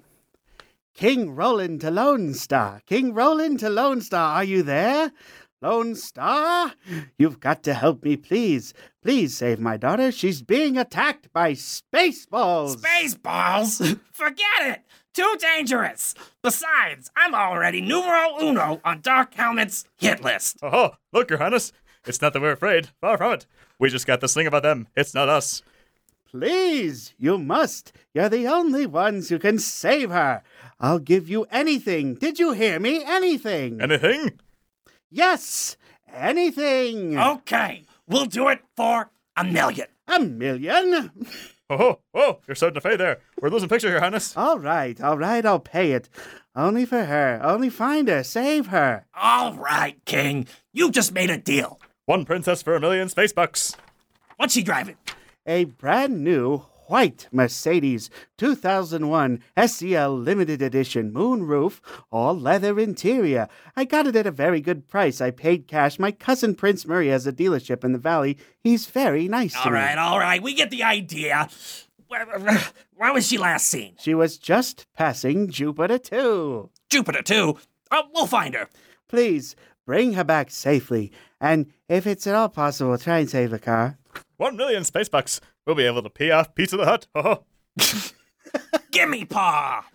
Speaker 2: King Roland to Lone Star. King Roland to Lone Star, are you there? Lone Star, you've got to help me, please. Please save my daughter. She's being attacked by spaceballs.
Speaker 5: Spaceballs? Forget it! Too dangerous! Besides, I'm already numero uno on Dark Helmet's hit list.
Speaker 6: Oh, look, Your Highness. It's not that we're afraid. Far from it. We just got this thing about them. It's not us.
Speaker 2: Please, you must. You're the only ones who can save her. I'll give you anything. Did you hear me? Anything.
Speaker 6: Anything?
Speaker 2: Yes, anything.
Speaker 3: Oh.
Speaker 5: Okay, we'll do it for a million.
Speaker 2: A million?
Speaker 6: Oh, oh, oh, you're starting to fade there. We're losing picture, Your Highness.
Speaker 2: All right, all right, I'll pay it. Only for her. Only find her. Save her.
Speaker 5: All right, King, you just made a deal.
Speaker 6: One princess for a million space bucks.
Speaker 5: What's she driving?
Speaker 2: A brand new white Mercedes 2001 SEL E limited edition moonroof, all leather interior. I got it at a very good price. I paid cash. My cousin Prince Murray has a dealership in the valley. He's very nice to
Speaker 5: All
Speaker 2: me.
Speaker 5: right, all right, we get the idea. Where, where- where was she last seen?
Speaker 2: She was just passing Jupiter 2.
Speaker 5: Jupiter, too. Uh, we'll find her.
Speaker 2: Please bring her back safely, and if it's at all possible, try and save the car.
Speaker 6: One million space bucks. We'll be able to pee off Pizza the Hut. Oh, oh.
Speaker 5: Gimme paw!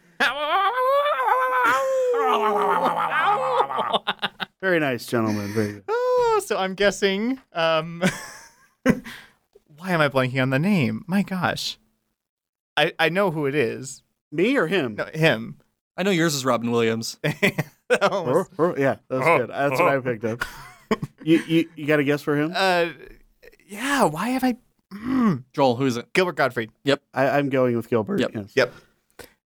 Speaker 2: Very nice, gentlemen. Very good.
Speaker 4: Oh, so I'm guessing. Um, why am I blanking on the name? My gosh, I I know who it is.
Speaker 2: Me or him?
Speaker 4: No, him.
Speaker 3: I know yours is Robin Williams.
Speaker 2: Or- or- Oh, yeah, that's
Speaker 4: Oh,
Speaker 2: good. That's what I picked up. you you, you got a guess for him?
Speaker 4: Uh, yeah. Why have I? Mm,
Speaker 3: Joel, who is it?
Speaker 4: Gilbert Gottfried.
Speaker 2: I, I'm going with Gilbert.
Speaker 3: Yep.
Speaker 2: yes.
Speaker 4: Yep.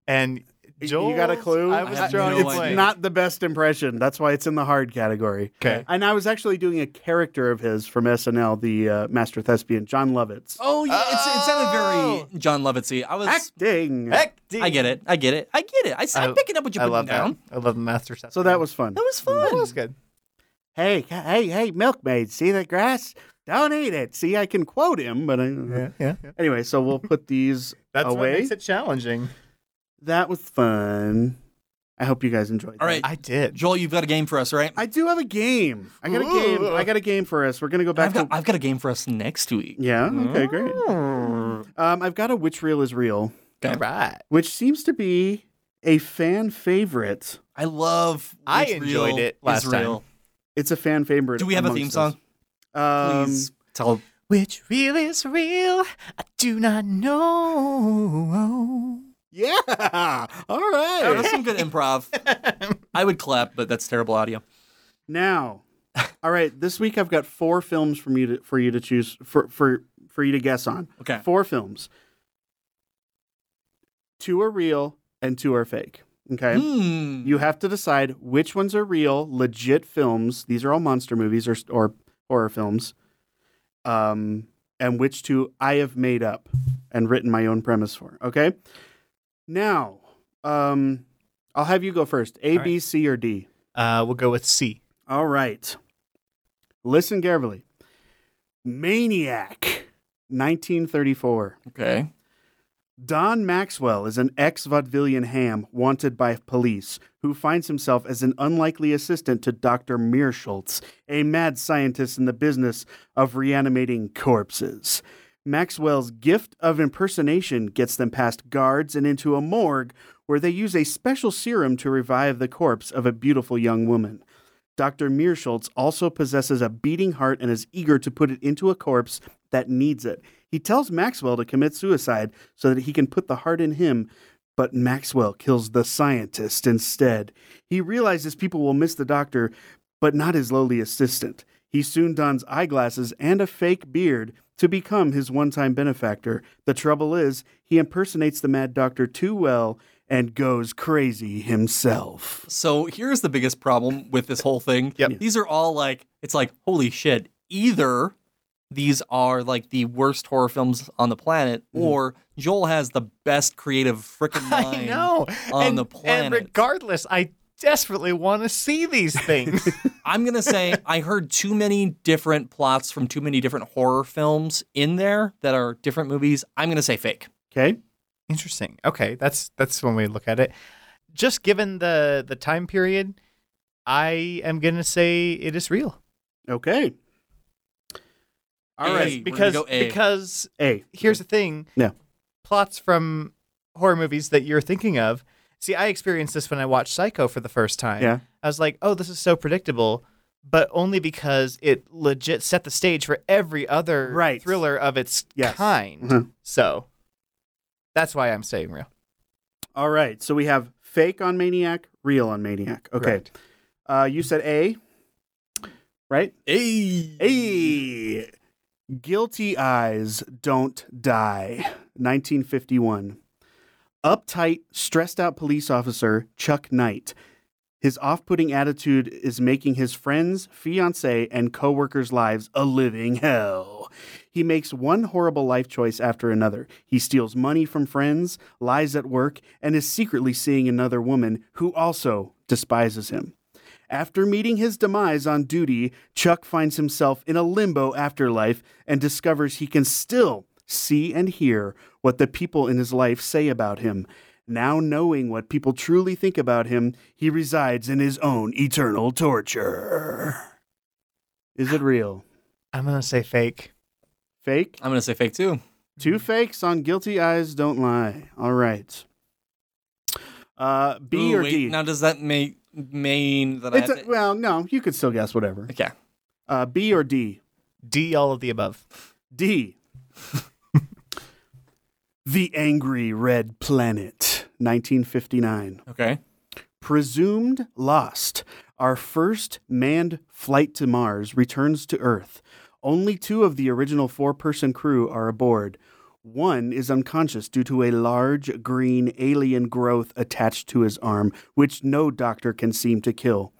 Speaker 4: And Joel,
Speaker 2: You got a clue?
Speaker 4: I
Speaker 3: I
Speaker 4: was
Speaker 3: have
Speaker 4: drawing.
Speaker 3: no
Speaker 4: a
Speaker 3: idea.
Speaker 4: blank.
Speaker 2: Not the best impression. That's why it's in the hard category.
Speaker 4: Okay.
Speaker 2: And I was actually doing a character of his from SNL, the uh, Master Thespian, John Lovitz.
Speaker 3: Oh yeah, it's it sounded
Speaker 4: Oh.
Speaker 3: very John Lovitzy. I was.
Speaker 2: Acting.
Speaker 3: I get it. I get it. I get it. I, am
Speaker 4: I-
Speaker 3: picking up what you're
Speaker 4: I
Speaker 3: putting
Speaker 4: love
Speaker 3: down.
Speaker 4: that. I love the master set.
Speaker 2: So that was fun.
Speaker 3: That was fun.
Speaker 4: that was good.
Speaker 2: Hey, ca- hey, hey, milkmaid, see the grass? Don't eat it. See, I can quote him, but I.
Speaker 4: Yeah.
Speaker 2: Anyway, so we'll put these
Speaker 4: That's what
Speaker 2: away.
Speaker 4: makes it challenging.
Speaker 2: That was fun. I hope you guys enjoyed.
Speaker 3: All right,
Speaker 4: I did.
Speaker 3: Joel, you've got a game for us, right?
Speaker 2: that. I do have a game. I got a game. I got a game for us. We're gonna go back
Speaker 3: I've got,
Speaker 2: to.
Speaker 3: I've got a game for us next week.
Speaker 2: Yeah. Okay. Great. Um, I've got a which reel is real,
Speaker 4: All right.
Speaker 2: which seems to be a fan favorite.
Speaker 3: I love.
Speaker 4: I
Speaker 3: Which
Speaker 4: enjoyed
Speaker 3: Reel
Speaker 4: it
Speaker 3: is
Speaker 4: last time.
Speaker 3: Real.
Speaker 2: It's a fan favorite.
Speaker 3: Do we have a
Speaker 2: amongst
Speaker 3: theme
Speaker 2: us.
Speaker 3: song?
Speaker 2: Um,
Speaker 3: Please tell.
Speaker 4: Which real is real? I do not know.
Speaker 2: Yeah. All right.
Speaker 3: Oh, that's some good improv. I would clap, but that's terrible audio.
Speaker 2: Now, all right. This week I've got four films from you to, for you to choose for for for you to guess on.
Speaker 3: Okay.
Speaker 2: Four films. two are real and two are fake. Okay.
Speaker 3: Hmm.
Speaker 2: You have to decide which ones are real, legit films. These are all monster movies or or horror films, um, and which two I have made up and written my own premise for. Okay. Now, um, I'll have you go first. A, B, C,
Speaker 4: All
Speaker 2: or D.
Speaker 4: Uh, we'll go with C.
Speaker 2: All right. Listen carefully. Maniac, 1934.
Speaker 3: Okay.
Speaker 2: Don Maxwell is an ex vaudevillian ham wanted by police who finds himself as an unlikely assistant to Dr. Meerschultz, a mad scientist in the business of reanimating corpses. Maxwell's gift of impersonation gets them past guards and into a morgue where they use a special serum to revive the corpse of a beautiful young woman. Dr. Meerschultz also possesses a beating heart and is eager to put it into a corpse that needs it. He tells Maxwell to commit suicide so that he can put the heart in him, but Maxwell kills the scientist instead. He realizes people will miss the doctor, but not his lowly assistant. He soon dons eyeglasses and a fake beard to become his one time benefactor. The trouble is, he impersonates the mad doctor too well and goes crazy himself.
Speaker 3: So here's the biggest problem with this whole thing.
Speaker 4: Yep.
Speaker 3: These are all like, it's like, holy shit. Either these are like the worst horror films on the planet,
Speaker 2: Mm-hmm.
Speaker 3: or Joel has the best creative freaking mind.
Speaker 4: I know.
Speaker 3: on
Speaker 4: and,
Speaker 3: the
Speaker 4: And
Speaker 3: planet.
Speaker 4: regardless, I desperately want to see these things.
Speaker 3: I'm gonna say I heard too many different plots from too many different horror films in there that are different movies. I'm gonna say fake.
Speaker 2: Okay?
Speaker 4: Interesting. Okay, that's that's one way to look at it. Just given the the time period, I am gonna say it is real.
Speaker 2: Okay.
Speaker 3: A.
Speaker 2: All right.
Speaker 3: We're gonna
Speaker 4: because
Speaker 3: go A.
Speaker 4: because
Speaker 2: A.
Speaker 4: here's the thing.
Speaker 2: Yeah.
Speaker 4: Plots from horror movies that you're thinking of. See, I experienced this when I watched Psycho for the first time.
Speaker 2: Yeah.
Speaker 4: I was like, oh, this is so predictable, but only because it legit set the stage for every other
Speaker 2: Right.
Speaker 4: thriller of its
Speaker 2: Yes.
Speaker 4: kind.
Speaker 2: Mhm.
Speaker 4: So that's why I'm saying real.
Speaker 2: All right. So we have fake on Maniac, real on Maniac. Okay.
Speaker 4: Correct.
Speaker 2: Uh, you said A, right?
Speaker 3: Hey.
Speaker 2: A. Guilty Eyes Don't Die, 1951. Uptight, stressed out police officer Chuck Knight. His off putting attitude is making his friends, fiance, and co workers' lives a living hell. He makes one horrible life choice after another. He steals money from friends, lies at work, and is secretly seeing another woman who also despises him. After meeting his demise on duty, Chuck finds himself in a limbo afterlife and discovers he can still see and hear what the people in his life say about him. Now, knowing what people truly think about him, he resides in his own eternal torture. Is it real?
Speaker 4: I'm gonna say fake.
Speaker 2: Fake?
Speaker 3: I'm gonna say fake too.
Speaker 2: Two fakes on Guilty Eyes Don't Lie. All right. Uh, B
Speaker 3: Ooh,
Speaker 2: or
Speaker 3: wait,
Speaker 2: D?
Speaker 3: Now does that make mean that
Speaker 2: It's
Speaker 3: I have
Speaker 2: a,
Speaker 3: to-
Speaker 2: well, no, you could still guess whatever.
Speaker 3: Okay.
Speaker 2: Uh, B or D?
Speaker 4: D all of the above.
Speaker 2: D. the Angry Red Planet, 1959.
Speaker 3: Okay.
Speaker 2: Presumed lost, our first manned flight to Mars returns to Earth. Only two of the original four person crew are aboard. One is unconscious due to a large green alien growth attached to his arm, which no doctor can seem to kill.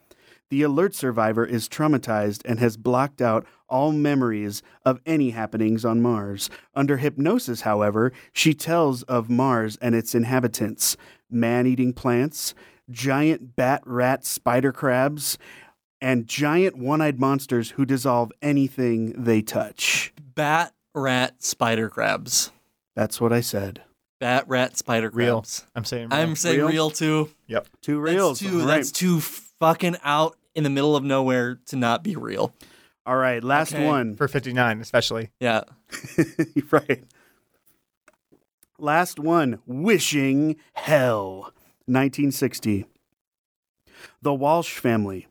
Speaker 2: The alert survivor is traumatized and has blocked out all memories of any happenings on Mars. Under hypnosis, however, she tells of Mars and its inhabitants man eating plants, giant bat rat spider crabs, and giant one eyed monsters who dissolve anything they touch.
Speaker 3: Bat rat spider crabs.
Speaker 2: That's what I said.
Speaker 3: Bat rat spider
Speaker 4: Real.
Speaker 3: crabs.
Speaker 4: I'm saying real.
Speaker 3: I'm saying
Speaker 2: Real?
Speaker 3: real, too.
Speaker 2: Two reels.
Speaker 3: That's too.
Speaker 2: All right.
Speaker 3: That's too fucking out in the middle of nowhere to not be real.
Speaker 2: All right, last
Speaker 3: Okay.
Speaker 2: one.
Speaker 4: for 59 especially.
Speaker 3: Yeah.
Speaker 2: right. Last one Wishing Hell, 1960. The Walsh family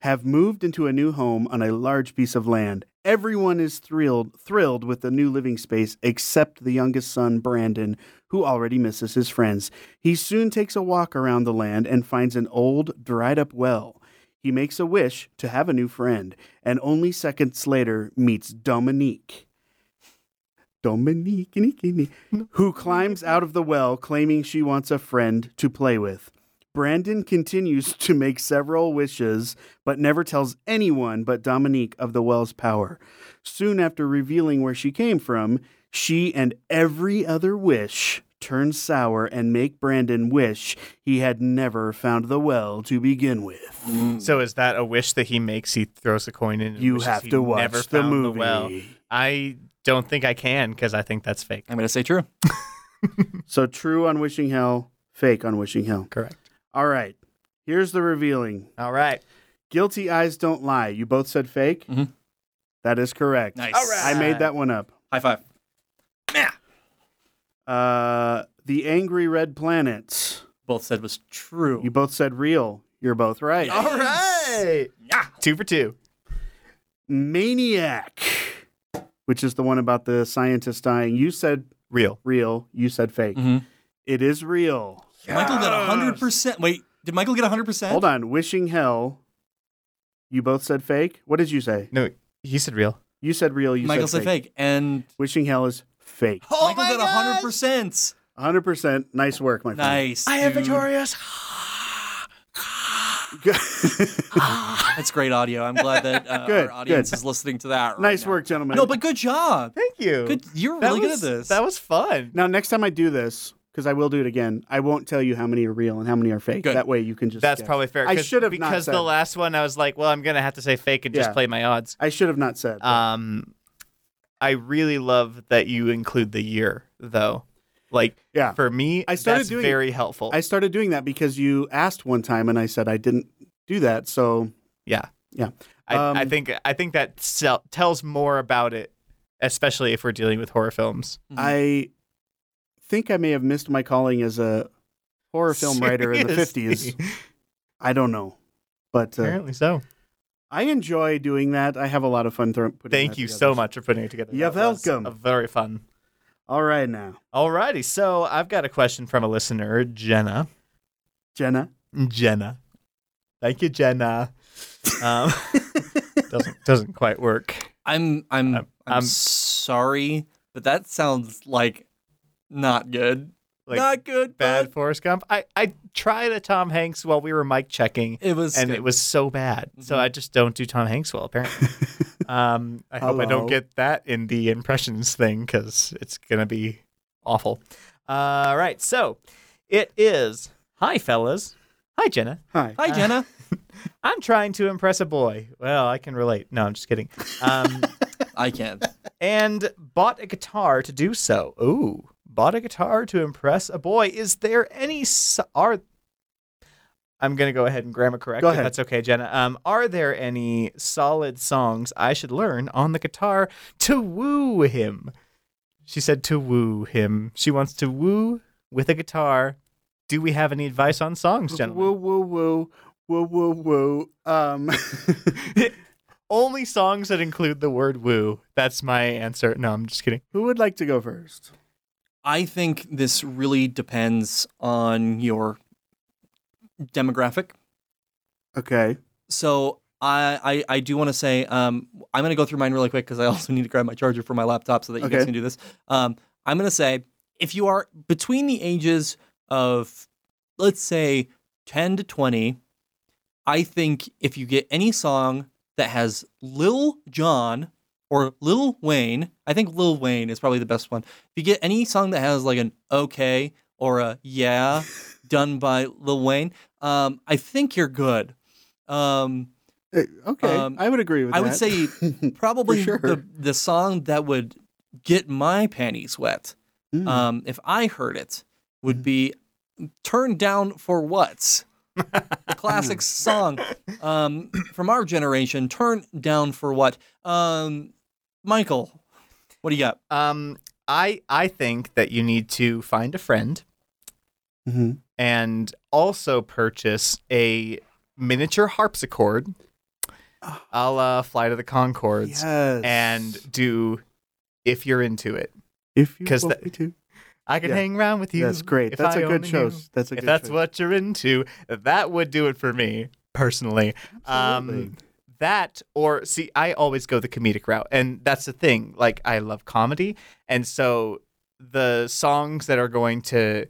Speaker 2: have moved into a new home on a large piece of land. Everyone is thrilled thrilled with the new living space except the youngest son Brandon, who already misses his friends. He soon takes a walk around the land and finds an old dried up well. He makes a wish to have a new friend and only seconds later meets Dominique. Dominique, who climbs out of the well claiming she wants a friend to play with. Brandon continues to make several wishes, but never tells anyone but Dominique of the well's power. Soon after revealing where she came from, she and every other wish turn sour and make Brandon wish he had never found the well to begin with.
Speaker 4: So is that a wish that he makes? He throws a coin in. and
Speaker 2: You
Speaker 4: wishes
Speaker 2: have
Speaker 4: he
Speaker 2: to watch
Speaker 4: never
Speaker 2: the
Speaker 4: found
Speaker 2: movie.
Speaker 4: well. I don't think I can because I think that's fake.
Speaker 3: I'm gonna say true.
Speaker 2: So true on Wishing Hell, fake on Wishing Hell.
Speaker 4: Correct.
Speaker 2: All right. Here's the revealing.
Speaker 4: All right.
Speaker 2: Guilty eyes don't lie. You both said fake.
Speaker 3: Mhm.
Speaker 2: That is correct.
Speaker 3: Nice.
Speaker 4: All right.
Speaker 2: I made that one up.
Speaker 3: High five. Yeah.
Speaker 2: Uh, the angry red planets.
Speaker 3: Both said was true.
Speaker 2: You both said real. You're both right.
Speaker 3: Oh.
Speaker 4: All right.
Speaker 3: yeah.
Speaker 4: Two for two.
Speaker 2: Maniac, which is the one about the scientist dying. You said
Speaker 4: Real.
Speaker 2: real. You said fake.
Speaker 3: Mhm.
Speaker 2: It is real.
Speaker 3: Michael got hundred percent. Wait, did Michael get hundred percent?
Speaker 2: Hold on. Wishing hell. You both said fake. What did you say?
Speaker 4: No, he said real.
Speaker 2: You said real. You
Speaker 3: Michael
Speaker 2: said
Speaker 3: said
Speaker 2: fake.
Speaker 3: fake, and
Speaker 2: Wishing hell is fake.
Speaker 3: Michael got hundred percent.
Speaker 2: 100%. Nice work, my friend.
Speaker 3: Nice. I am victorious. That's great audio. I'm glad that uh,
Speaker 2: Good,
Speaker 3: our audience
Speaker 2: good.
Speaker 3: is listening to that. Right
Speaker 2: nice
Speaker 3: now.
Speaker 2: work, gentlemen.
Speaker 3: No, but good job.
Speaker 4: Thank you.
Speaker 3: Good. You're
Speaker 4: That
Speaker 3: really
Speaker 4: was-
Speaker 3: good at this.
Speaker 4: That was fun.
Speaker 2: now next time I do this, because I will do it again, I won't tell you how many are real and how many are fake.
Speaker 3: Good.
Speaker 2: That way you can just.
Speaker 4: That's
Speaker 2: guess.
Speaker 4: probably fair.
Speaker 2: I
Speaker 4: 'cause-
Speaker 2: should have not
Speaker 4: because
Speaker 2: said.
Speaker 4: the last one I was like, well, I'm gonna have to say fake and
Speaker 2: Yeah.
Speaker 4: just play my odds.
Speaker 2: I should have not said.
Speaker 4: Um, I really love that you include the year though. Like
Speaker 2: yeah.
Speaker 4: for me,
Speaker 2: I started
Speaker 4: that's
Speaker 2: doing-
Speaker 4: very helpful.
Speaker 2: I started doing that because you asked one time and I said I didn't do that. So
Speaker 4: yeah,
Speaker 2: Yeah.
Speaker 4: I, I
Speaker 2: Um,
Speaker 4: think I think that sell, tells more about it, especially if we're dealing with horror films.
Speaker 3: Mhm.
Speaker 2: I think I may have missed my calling as a horror film writer in the 50s.
Speaker 4: Seriously.
Speaker 2: I don't know. But uh,
Speaker 4: Apparently so.
Speaker 2: I enjoy doing that. I have a lot of fun throw- putting
Speaker 4: Thank
Speaker 2: that
Speaker 4: you
Speaker 2: together.
Speaker 4: so much for putting it together.
Speaker 2: You're
Speaker 4: That was
Speaker 2: welcome.
Speaker 4: a very fun.
Speaker 2: All right now.
Speaker 4: Alrighty, so I've got a question from a listener, Jenna.
Speaker 2: Jenna.
Speaker 4: Jenna. Thank you, Jenna. Um, doesn't doesn't quite work.
Speaker 3: I'm I'm I'm,
Speaker 4: I'm-
Speaker 3: sorry, but that sounds like not good.
Speaker 4: Like
Speaker 3: not good.
Speaker 4: Bad
Speaker 3: bud.
Speaker 4: Forrest Gump. I, I tried a Tom Hanks while we were mic checking,
Speaker 3: It was
Speaker 4: and it was so bad. So I just don't do Tom Hanks well, apparently. um, I hope I
Speaker 2: Hello.
Speaker 4: don't get that in the impressions thing because it's gonna be awful. All right, so it is. Hi, fellas. Hi, Jenna.
Speaker 2: Hi.
Speaker 3: Hi, Jenna.
Speaker 4: I'm trying to impress a boy. Well, I can relate. No, I'm just kidding. Um,
Speaker 3: I can.
Speaker 4: and bought a guitar to do so. Ooh, bought a guitar to impress a boy. Is there any s- are? I'm gonna go ahead and grammar correct.
Speaker 2: Go
Speaker 4: if
Speaker 2: ahead.
Speaker 4: That's okay, Jenna. Um, are there any solid songs I should learn on the guitar to woo him? She said to woo him. She wants to woo with a guitar. Do we have any advice on songs, gentlemen?
Speaker 2: Woo woo woo woo woo woo. Um,
Speaker 4: Only songs that include the word woo. That's my answer. No, I'm just kidding.
Speaker 2: who would like to go first?
Speaker 3: I think this really depends on your demographic.
Speaker 2: Okay.
Speaker 3: So I I, I do want to say um, I'm going to go through mine really quick because I also need to grab my charger for my laptop so that you
Speaker 2: Okay.
Speaker 3: guys can do this. Um, I'm going to say if you are between the ages of let's say 10 to 20, I think if you get any song that has Lil Jon or Lil Wayne, I think Lil Wayne is probably the best one. If you get any song that has like an okay or a yeah done by Lil Wayne, um, I think you're good. Um,
Speaker 2: Uh, Okay.
Speaker 3: Um,
Speaker 2: I would agree with
Speaker 3: I
Speaker 2: that.
Speaker 3: would say probably
Speaker 2: sure.
Speaker 3: the, the song that would get my panties wet,
Speaker 2: Mm.
Speaker 3: um, if I heard it, would be Turn Down for What? The classic song um, from our generation, Turn Down for What? Um, Michael, what do you got?
Speaker 4: Um, I I think that you need to find a friend
Speaker 2: Mhm.
Speaker 4: and also purchase a miniature harpsichord, a la Flight of the Concords,
Speaker 2: Ah. Yes.
Speaker 4: and do if you're into it.
Speaker 2: if you
Speaker 4: 'cause
Speaker 2: want
Speaker 4: that-
Speaker 2: me to.
Speaker 4: I can
Speaker 2: Yeah.
Speaker 4: hang around with you.
Speaker 2: That's great.
Speaker 4: if
Speaker 2: That's
Speaker 4: I
Speaker 2: a good
Speaker 4: only knew.
Speaker 2: choice. That's a good
Speaker 4: if that's
Speaker 2: choice.
Speaker 4: what you're into, that would do it for me personally.
Speaker 2: Absolutely.
Speaker 4: Um, that or see i always go the comedic route and that's the thing like i love comedy and so the songs that are going to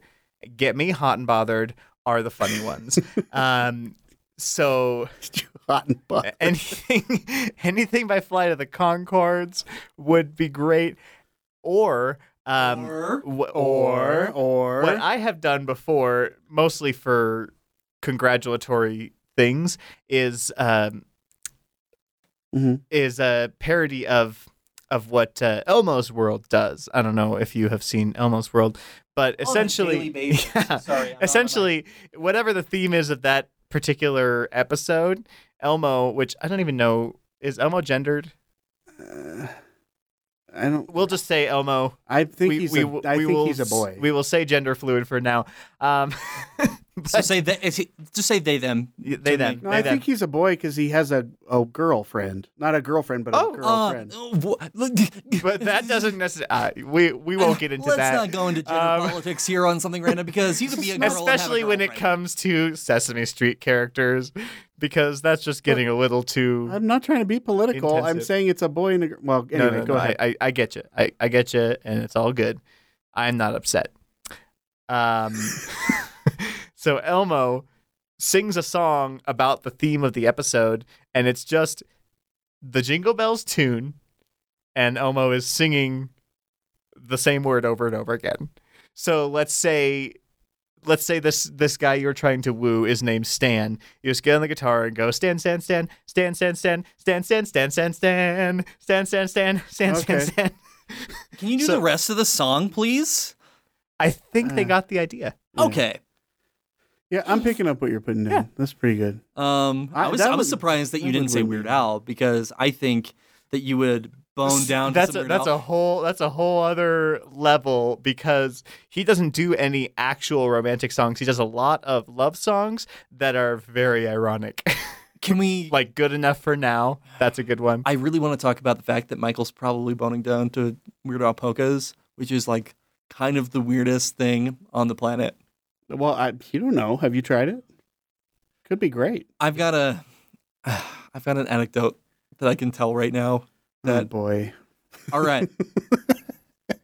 Speaker 4: get me hot and bothered are the funny ones um so
Speaker 2: Hot and butt.
Speaker 4: anything anything by flight of the concords would be great or um
Speaker 3: Or-
Speaker 4: wh-
Speaker 2: Or, or.
Speaker 4: what I have done before, mostly for congratulatory things, is um,
Speaker 2: Mhm.
Speaker 4: is a parody of of what uh, Elmo's World does. I don't know if you have seen Elmo's World, but essentially,
Speaker 3: Daily Basis.
Speaker 4: Yeah.
Speaker 3: Sorry, I'm not-
Speaker 4: essentially, whatever the theme is of that particular episode, Elmo, which I don't even know, is Elmo gendered?
Speaker 2: Uh, I don't.
Speaker 4: We'll just say Elmo.
Speaker 2: I think
Speaker 4: we
Speaker 2: he's.
Speaker 4: we,
Speaker 2: a,
Speaker 4: will-
Speaker 2: I
Speaker 4: we
Speaker 2: think
Speaker 4: will,
Speaker 2: he's a boy.
Speaker 4: We will say gender fluid for now. Um,
Speaker 3: So say that. if he- Just say they them.
Speaker 4: Y- They
Speaker 3: to
Speaker 4: them.
Speaker 3: me.
Speaker 2: no,
Speaker 4: they
Speaker 2: I
Speaker 4: them.
Speaker 2: think he's a boy because he has a, a girlfriend, not a girlfriend, but a
Speaker 4: Oh, uh,
Speaker 3: Uh,
Speaker 2: girlfriend.
Speaker 3: wh-
Speaker 4: but that doesn't necessarily. we we won't get into
Speaker 3: Let's
Speaker 4: that.
Speaker 3: not go into gender
Speaker 4: Um,
Speaker 3: politics here on something random because you could be a girl and have a
Speaker 4: Especially when it
Speaker 3: girlfriend.
Speaker 4: comes to Sesame Street characters, because that's just getting a little too.
Speaker 2: I'm not trying to be political. I'm
Speaker 4: Intensive.
Speaker 2: saying it's a boy and a girl. Well,
Speaker 4: No,
Speaker 2: anyway,
Speaker 4: no,
Speaker 2: go
Speaker 4: no,
Speaker 2: ahead.
Speaker 4: I, I, I get you. I, I get you, and it's all good. I'm not upset. Um, so Elmo sings a song about the theme of the episode, and it's just the Jingle Bells tune, and Elmo is singing the same word over and over again. So let's say. Let's say this this guy you're trying to woo is named Stan. You just get on the guitar and go Stan, Stan, Stan, Stan, Stan, Stan, Stan, Stan, Stan, Stan, Stan, Stan, Stan, Stan, Stan, Stan,
Speaker 2: Okay.
Speaker 4: Stan.
Speaker 3: Can you do
Speaker 4: So-
Speaker 3: the rest of the song, please?
Speaker 4: I think they
Speaker 2: Uh.
Speaker 4: got the idea.
Speaker 2: Yeah.
Speaker 3: Okay.
Speaker 2: yeah, I'm picking up what you're putting in.
Speaker 4: Yeah.
Speaker 2: That's pretty good.
Speaker 3: Um, I,
Speaker 2: I-
Speaker 3: was
Speaker 2: that
Speaker 3: I was
Speaker 2: would-
Speaker 3: surprised that you
Speaker 2: that
Speaker 3: didn't
Speaker 2: would
Speaker 3: say
Speaker 2: win me.
Speaker 3: Weird Al because I think that you would bone down.
Speaker 4: That's
Speaker 3: to some
Speaker 4: a,
Speaker 3: Weird
Speaker 4: that's
Speaker 3: Al.
Speaker 4: a whole that's a whole other level because he doesn't do any actual romantic songs. He does a lot of love songs that are very ironic.
Speaker 3: Can we?
Speaker 4: like good enough for now. That's a good one.
Speaker 3: I really want to talk about the fact that Michael's probably boning down to Weird Al polkas, which is like kind of the weirdest thing on the planet.
Speaker 2: Well, I, you don't know. Have you tried it? Could be great.
Speaker 3: I've got a, I've got an anecdote that I can tell right now.
Speaker 2: oh
Speaker 3: That-
Speaker 2: boy.
Speaker 3: All right.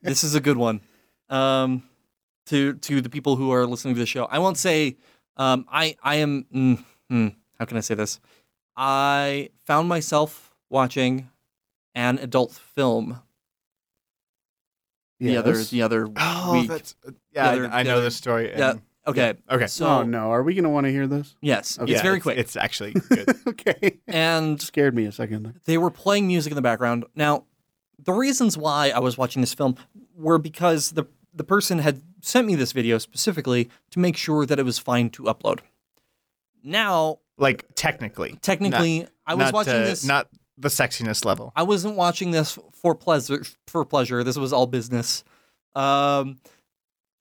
Speaker 3: this is a good one. Um, to to the people who are listening to the show, I won't say. Um, I I am. Mm, mm, how can I say this? I found myself watching an adult film the other
Speaker 2: Yes.
Speaker 3: the other
Speaker 4: Oh,
Speaker 3: week.
Speaker 4: yeah.
Speaker 3: They're-
Speaker 4: I, I know
Speaker 3: they're-
Speaker 4: this story. and-
Speaker 3: yeah. Okay.
Speaker 4: Okay.
Speaker 3: So
Speaker 2: oh no, are we gonna want to hear this?
Speaker 3: yes,
Speaker 2: Okay.
Speaker 3: it's
Speaker 4: Yeah,
Speaker 3: very quick.
Speaker 4: It's actually good.
Speaker 2: okay.
Speaker 3: and
Speaker 2: Scared me a second. there.
Speaker 3: they were playing music in the background. Now, the reasons why I was watching this film were because the the person had sent me this video specifically to make sure that it was fine to upload. Now,
Speaker 4: like technically.
Speaker 3: technically, I was
Speaker 4: Not,
Speaker 3: watching
Speaker 4: uh,
Speaker 3: this.
Speaker 4: Not the sexiness level.
Speaker 3: I wasn't watching this for pleasure. For pleasure, this was all business. Um,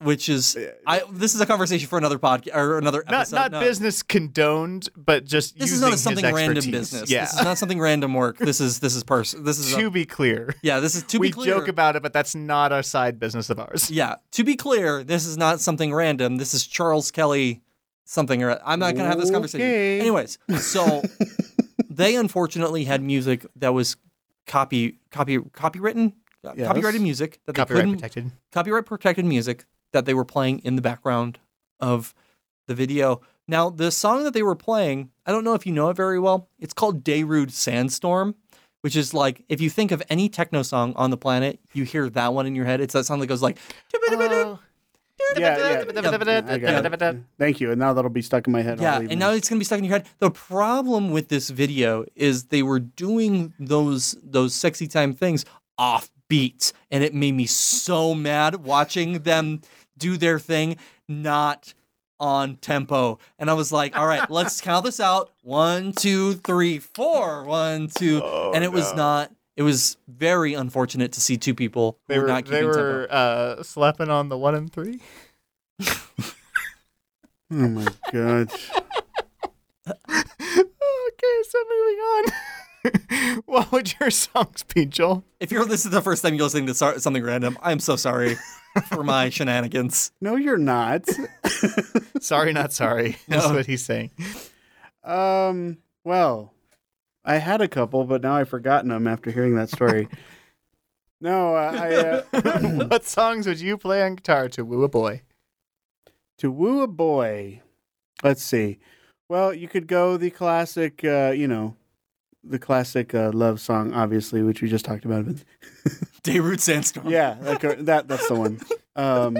Speaker 3: which is, I this is a conversation for another podcast or another
Speaker 4: Not
Speaker 3: episode.
Speaker 4: not
Speaker 3: No.
Speaker 4: business condoned, but just
Speaker 3: This is
Speaker 4: using
Speaker 3: not a
Speaker 4: his
Speaker 3: something random
Speaker 4: expertise.
Speaker 3: business.
Speaker 4: Yeah.
Speaker 3: This is not something random work. This is this is person. This is a-
Speaker 4: to be clear.
Speaker 3: yeah. This is to
Speaker 4: we
Speaker 3: be clear.
Speaker 4: joke about it, but that's not a side business of ours.
Speaker 3: Yeah. To be clear, this is not something random. This is Charles Kelly something or I'm not going to have this conversation.
Speaker 2: Okay.
Speaker 3: Anyways, so they unfortunately had music that was copy copy copywritten uh,
Speaker 2: Yes.
Speaker 3: copyrighted music that they
Speaker 4: Copyright
Speaker 3: couldn't
Speaker 4: protected.
Speaker 3: copyright protected music that they were playing in the background of the video. Now, the song that they were playing, I don't know if you know it very well. It's called Dayrude Sandstorm, which is like if you think of any techno song on the planet, you hear that one in your head. It's that song that goes like
Speaker 4: Oh.
Speaker 2: Yeah, yeah, yeah, I got it. Thank you. And now that'll be stuck in my head. all
Speaker 3: Yeah,
Speaker 2: evening.
Speaker 3: and now it's gonna be stuck in your head. The problem with this video is they were doing those those sexy time things off beat, and it made me so mad watching them do their thing not on tempo. And I was like, all right, let's count this out. One, two, three, four. One, two,
Speaker 4: Oh,
Speaker 3: and it was not. It was very unfortunate to see two people who
Speaker 4: They
Speaker 3: were
Speaker 4: were,
Speaker 3: not keeping
Speaker 4: they were uh, slapping on the one and three.
Speaker 2: Oh my god.
Speaker 4: okay, so moving on. what would your songs be, Joel?
Speaker 3: If you're this is the first time you're listening to so- something random, I'm so sorry for my shenanigans.
Speaker 2: No, you're not.
Speaker 4: Sorry, not sorry. That's
Speaker 3: No.
Speaker 4: what he's saying.
Speaker 2: um. Well, I had a couple, but now I've forgotten them after hearing that story. no, uh, I uh,
Speaker 4: what songs would you play on guitar to woo a boy?
Speaker 2: to woo a boy. Let's see. Well, you could go the classic, uh, you know, the classic uh, love song, obviously, which we just talked about. But
Speaker 3: Dayroot Sandstorm.
Speaker 2: yeah, like, uh, that that's the one. Um,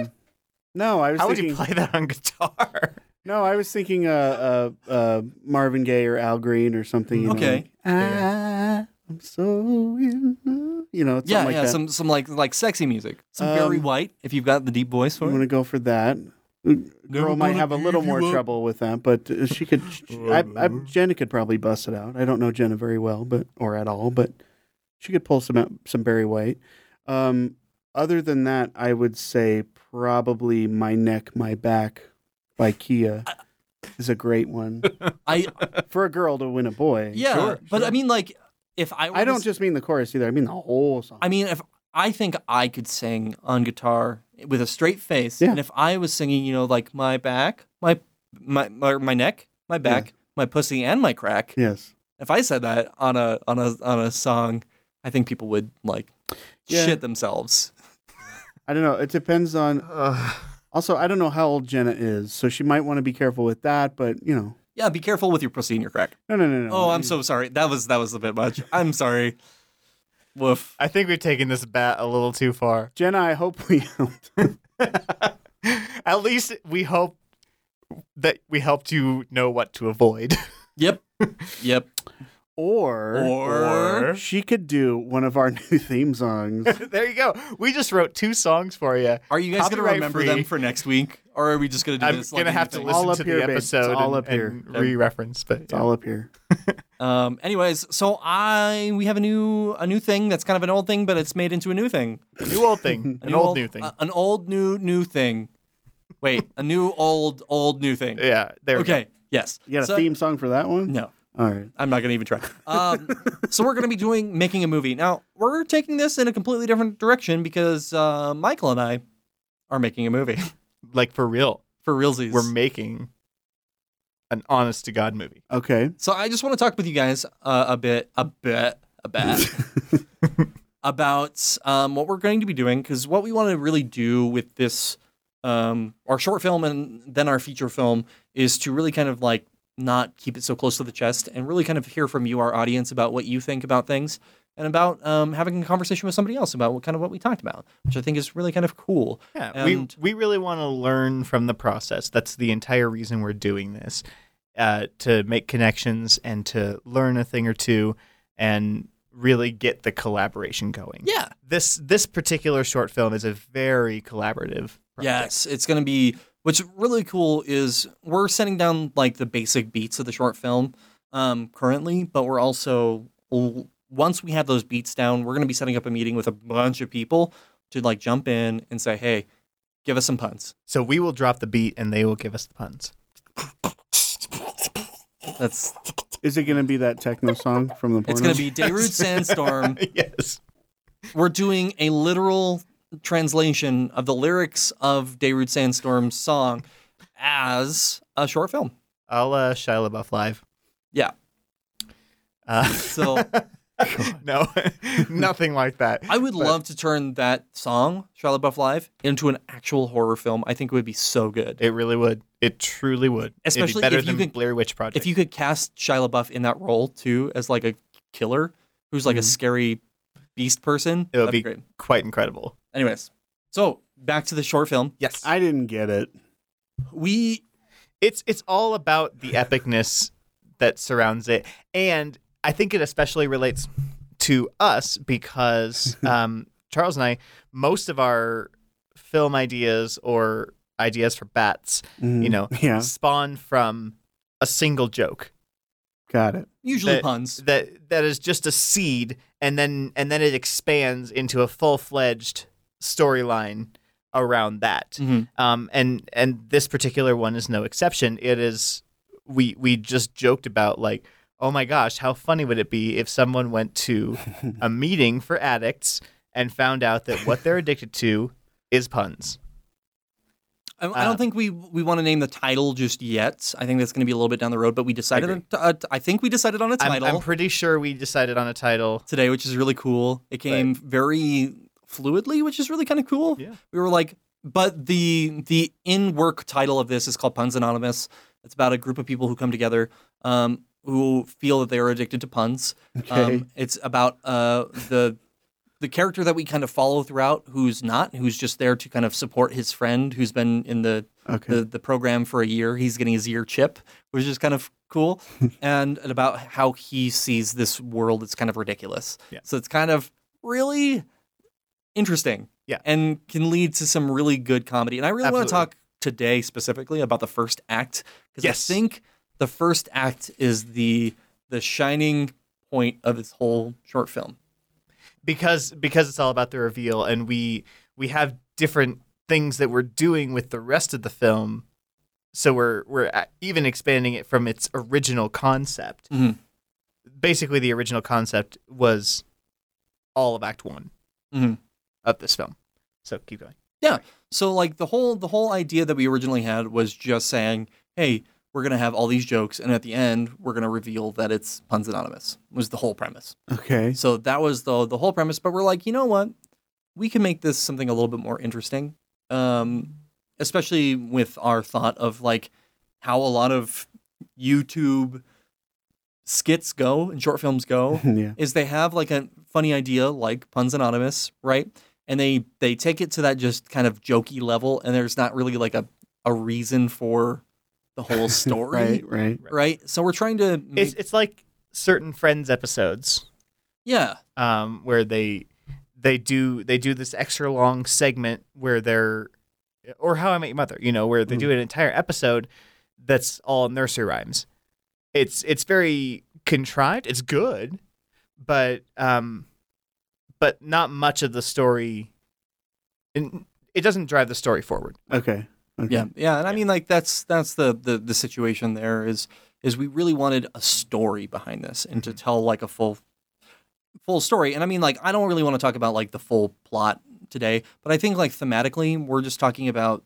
Speaker 2: no, I was
Speaker 4: How would
Speaker 2: thinking.
Speaker 4: you play that on guitar?
Speaker 2: No, I was thinking uh, uh, uh, Marvin Gaye or Al Green or something. You
Speaker 3: Okay.
Speaker 2: Know, like, I'm so in love. You know, something
Speaker 3: yeah,
Speaker 2: like
Speaker 3: yeah,
Speaker 2: that.
Speaker 3: some some like like sexy music. Some Barry
Speaker 2: Um,
Speaker 3: White, if you've got the deep voice
Speaker 2: I'm
Speaker 3: for
Speaker 2: going
Speaker 3: it.
Speaker 2: to go for that. Girl might
Speaker 3: gonna
Speaker 2: have a little
Speaker 3: give
Speaker 2: more
Speaker 3: you Um. up.
Speaker 2: trouble with that, but uh, she could. I, I, Jenna could probably bust it out. I don't know Jenna very well, but or at all, but she could pull some out, some Barry White. Um, other than that, I would say probably "My Neck, My Back" by Kia is a great one
Speaker 3: I
Speaker 2: for a girl to win a boy.
Speaker 3: yeah, but I mean like if I were
Speaker 2: I
Speaker 3: to
Speaker 2: don't
Speaker 3: s-
Speaker 2: just mean the chorus either. I mean the whole song.
Speaker 3: I mean if I think I could sing on guitar with a straight face,
Speaker 2: Yeah.
Speaker 3: and if I was singing, you know, like my back, my my my, my neck, my back, my pussy, and my crack.
Speaker 2: yes.
Speaker 3: If I said that on a on a on a song, I think people would like
Speaker 2: Yeah.
Speaker 3: shit themselves.
Speaker 2: I don't know. It depends on. Also, I don't know how old Jenna is, so she might want to be careful with that. But you know,
Speaker 3: Yeah, be careful with your pussy and your crack.
Speaker 2: no, no, no, no.
Speaker 3: Oh, I'm so sorry. That was that was a bit much. I'm sorry. Woof.
Speaker 4: I think we've taken this bat a little too far.
Speaker 2: Jenna, I hope we helped.
Speaker 4: At least we hope that we helped you know what to avoid.
Speaker 3: Yep. Yep.
Speaker 2: Or,
Speaker 3: Or-
Speaker 2: she could do one of our new theme songs.
Speaker 4: there you go. We just wrote two songs for you.
Speaker 3: Are you guys going to
Speaker 4: Copyright
Speaker 3: remember
Speaker 4: free.
Speaker 3: them for next week? Or are we just going to do
Speaker 4: I'm
Speaker 3: this?
Speaker 4: gonna
Speaker 3: like
Speaker 4: have to
Speaker 3: anything?
Speaker 4: listen
Speaker 2: All up
Speaker 4: to
Speaker 2: here,
Speaker 4: the
Speaker 2: babe. It's
Speaker 4: episode
Speaker 2: all
Speaker 4: and,
Speaker 2: up here.
Speaker 4: and re-reference, but
Speaker 2: It's all up here.
Speaker 3: Um, anyways, so I we have a new a new thing that's kind of an old thing, but it's made into a new thing.
Speaker 4: a new old thing,
Speaker 3: A
Speaker 4: an old, new thing.
Speaker 3: uh, an old new new thing. Wait, a new old old new thing.
Speaker 4: yeah, there. We go.
Speaker 3: Okay. Yes.
Speaker 2: You got a
Speaker 3: So-
Speaker 2: theme song for that one?
Speaker 3: No.
Speaker 2: All right.
Speaker 3: I'm not gonna even try. Um, so we're gonna be doing making a movie now. We're taking this in a completely different direction because uh, Michael and I are making a movie
Speaker 4: Like for real,
Speaker 3: for realsies.
Speaker 4: we're making an honest to god movie.
Speaker 2: Okay.
Speaker 3: so I just want to talk with you guys uh, a bit, a bit, a bit about um, what we're going to be doing because what we want to really do with this, um, our short film and then our feature film is to really kind of like not keep it so close to the chest and really kind of hear from you, our audience, about what you think about things and about um, having a conversation with somebody else about what kind of what we talked about, which I think is really kind of cool.
Speaker 4: Yeah,
Speaker 3: And-
Speaker 4: we we really want to learn from the process. That's the entire reason we're doing this, uh, to make connections and to learn a thing or two, and really get the collaboration going.
Speaker 3: Yeah.
Speaker 4: this this particular short film is a very collaborative. Project.
Speaker 3: Yes, it's going to be. What's really cool is we're setting down like the basic beats of the short film um, currently, but we're also l- once we have those beats down, we're going to be setting up a meeting with a bunch of people to like jump in and say, "Hey, give us some puns."
Speaker 4: So we will drop the beat and they will give us the puns.
Speaker 3: That's
Speaker 2: Is it going to be that techno song from the porno?
Speaker 3: it's going to be Dayroot Sandstorm.
Speaker 4: yes.
Speaker 3: We're doing a literal translation of the lyrics of Dayroot Sandstorm's song as a short film.
Speaker 4: I'll uh, Shia LaBeouf live.
Speaker 3: Yeah.
Speaker 4: Uh,
Speaker 3: So.
Speaker 4: no, nothing like that.
Speaker 3: I would
Speaker 4: But-
Speaker 3: love to turn that song, Shia LaBeouf Live, into an actual horror film. I think it would be so good.
Speaker 4: It really would. It truly would. It'd
Speaker 3: Especially
Speaker 4: be better
Speaker 3: if you
Speaker 4: than
Speaker 3: could-
Speaker 4: Blair Witch Project.
Speaker 3: If you could cast Shia LaBeouf in that role too, as like a killer who's like a scary beast person,
Speaker 4: Mm-hmm. it would
Speaker 3: that'd
Speaker 4: be
Speaker 3: be great.
Speaker 4: quite incredible.
Speaker 3: Anyways, so back to the short film.
Speaker 4: Yes,
Speaker 2: I didn't get it.
Speaker 3: We
Speaker 4: it's it's all about the epicness that surrounds it, and I think it especially relates to us because um, Charles and I, most of our film ideas or ideas for bats, you
Speaker 2: Mm,
Speaker 4: know,
Speaker 2: Yeah.
Speaker 4: spawn from a single joke.
Speaker 2: Got it.
Speaker 3: usually
Speaker 4: That-
Speaker 3: puns.
Speaker 4: that that is just a seed and then and then it expands into a full-fledged storyline around that
Speaker 3: Mhm.
Speaker 4: um and and this particular one is no exception it is we we just joked about like oh my gosh how funny would it be if someone went to a meeting for addicts and found out that what they're addicted to is puns
Speaker 3: I, I don't think we we want to name the title just yet. I think that's going to be a little bit down the road. But we decided. on- uh, I think we decided on a
Speaker 4: I'm,
Speaker 3: title
Speaker 4: I'm pretty sure we decided on a title.
Speaker 3: today, which is really cool. It came very fluidly, which is really kind of cool.
Speaker 4: Yeah.
Speaker 3: We were like, but the the in work title of this is called Puns Anonymous. It's about a group of people who come together um, who feel that they are addicted to puns.
Speaker 2: Okay.
Speaker 3: Um, it's about uh, the the character that we kind of follow throughout, who's not, who's just there to kind of support his friend who's been in the
Speaker 2: Okay.
Speaker 3: the, the program for a year. He's getting his year chip, which is kind of cool, and, and about how he sees this world. It's kind of ridiculous.
Speaker 4: Yeah.
Speaker 3: So it's kind of really interesting.
Speaker 4: Yeah.
Speaker 3: And can lead to some really good comedy. And I really want to
Speaker 4: Absolutely.
Speaker 3: talk today specifically about the first act because
Speaker 4: Yes.
Speaker 3: I think the first act is the the shining point of this whole short film.
Speaker 4: because because it's all about the reveal and we we have different things that we're doing with the rest of the film so we're we're a- even expanding it from its original concept
Speaker 3: Mhm.
Speaker 4: basically the original concept was all of act 1 Mm-hmm.
Speaker 3: Mhm.
Speaker 4: of this film so keep going
Speaker 3: So like the whole the whole idea that we originally had was just saying, hey, we're gonna have all these jokes, and at the end, we're gonna reveal that it's Puns Anonymous. Was the whole premise.
Speaker 2: Okay.
Speaker 3: So that was the the whole premise. But we're like, you know what? We can make this something a little bit more interesting, um, especially with our thought of like how a lot of YouTube skits go and short films go
Speaker 2: yeah.
Speaker 3: is they have like a funny idea like puns anonymous right and they they take it to that just kind of jokey level and there's not really like a, a reason for the whole story
Speaker 2: Right. Right.
Speaker 3: right? so we're trying to make,
Speaker 4: it's it's like certain friends episodes
Speaker 3: yeah
Speaker 4: um, where they they do they do this extra long segment where they're or How I Met Your Mother, you know, where they do an entire episode that's all nursery rhymes. It's it's very contrived. It's good, but um, but not much of the story. And it doesn't drive the story forward.
Speaker 2: Okay. Okay.
Speaker 3: yeah yeah and i mean like that's that's the, the the situation there is is we really wanted a story behind this and to tell like a full full story and i mean like i don't really want to talk about like the full plot today but i think like thematically we're just talking about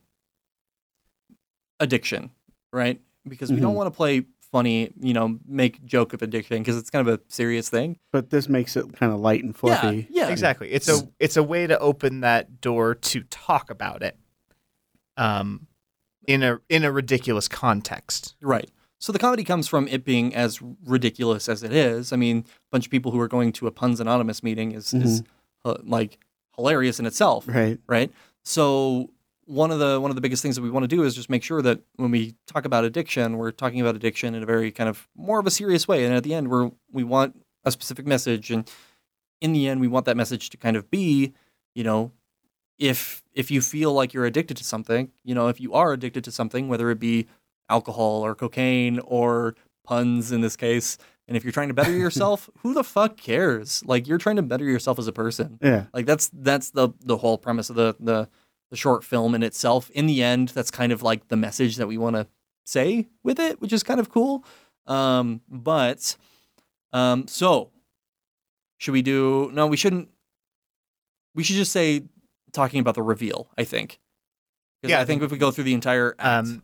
Speaker 3: addiction right because we don't
Speaker 2: Mhm.
Speaker 3: want to play funny you know make joke of addiction because it's kind of a serious thing
Speaker 2: But this makes it kind of light and fluffy.
Speaker 3: yeah yeah
Speaker 4: Exactly. It's a it's a way to open that door to talk about it, um, in a in a ridiculous context.
Speaker 3: Right. So the comedy comes from it being as ridiculous as it is. I mean, a bunch of people who are going to a Puns Anonymous meeting is, is uh, like hilarious in itself,
Speaker 2: Right.
Speaker 3: right? So one of the one of the biggest things that we want to do is just make sure that when we talk about addiction, we're talking about addiction in a very kind of more of a serious way. And at the end, we're we want a specific message, and in the end, we want that message to kind of be, you know, if if you feel like you're addicted to something, you know, if you are addicted to something, whether it be alcohol or cocaine or puns in this case, and if you're trying to better yourself, who the fuck cares? Like you're trying to better yourself as a person.
Speaker 2: Yeah.
Speaker 3: Like that's that's the the whole premise of the the the short film in itself. In the end, that's kind of like the message that we want to say with it, which is kind of cool. Um, but um, so should we do? No, we shouldn't. We should just say talking about the reveal. I think. 'Cause
Speaker 4: Yeah,
Speaker 3: I
Speaker 4: I
Speaker 3: think if we go through the entire act,
Speaker 4: Um,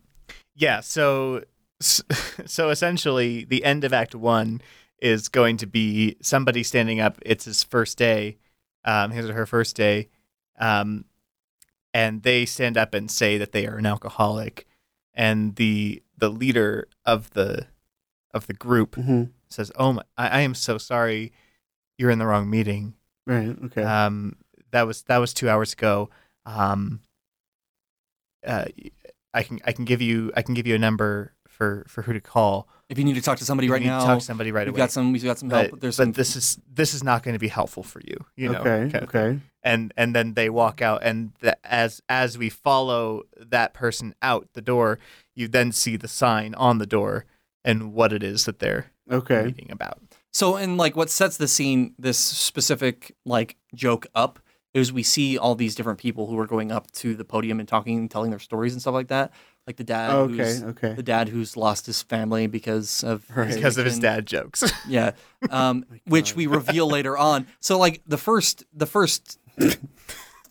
Speaker 4: yeah. So, so essentially, the end of Act One is going to be somebody standing up. It's his first day, um, his or her first day, um, and they stand up and say that they are an alcoholic, and the the leader of the of the group
Speaker 2: hmm
Speaker 4: says, "Oh my, I, I am so sorry, you're in the wrong meeting."
Speaker 2: Right. Okay.
Speaker 4: Um, that was that was two hours ago. Um, uh, I can I can give you I can give you a number for for who to call.
Speaker 3: if you need to talk to somebody
Speaker 4: You
Speaker 3: right
Speaker 4: need to
Speaker 3: now,
Speaker 4: talk to somebody right
Speaker 3: we've
Speaker 4: away.
Speaker 3: got some. We've got some
Speaker 4: but,
Speaker 3: help. There's
Speaker 4: but
Speaker 3: some.
Speaker 4: this is this is not going to be helpful for you. You know.
Speaker 2: okay.
Speaker 4: kind of thing.
Speaker 2: Okay.
Speaker 4: And and then they walk out, and the, as as we follow that person out the door, you then see the sign on the door and what it is that they're
Speaker 2: Okay.
Speaker 4: reading about.
Speaker 3: So, and like what sets the scene, this specific like joke up is we see all these different people who are going up to the podium and talking and telling their stories and stuff like that. Like the dad,
Speaker 4: Oh,
Speaker 2: Okay.
Speaker 3: who's,
Speaker 2: Okay.
Speaker 3: the dad who's lost his family because of
Speaker 2: Right.
Speaker 4: Because of his
Speaker 3: addiction.
Speaker 4: dad jokes.
Speaker 3: Yeah,
Speaker 2: Oh
Speaker 3: um, which we reveal later on. So like the first the first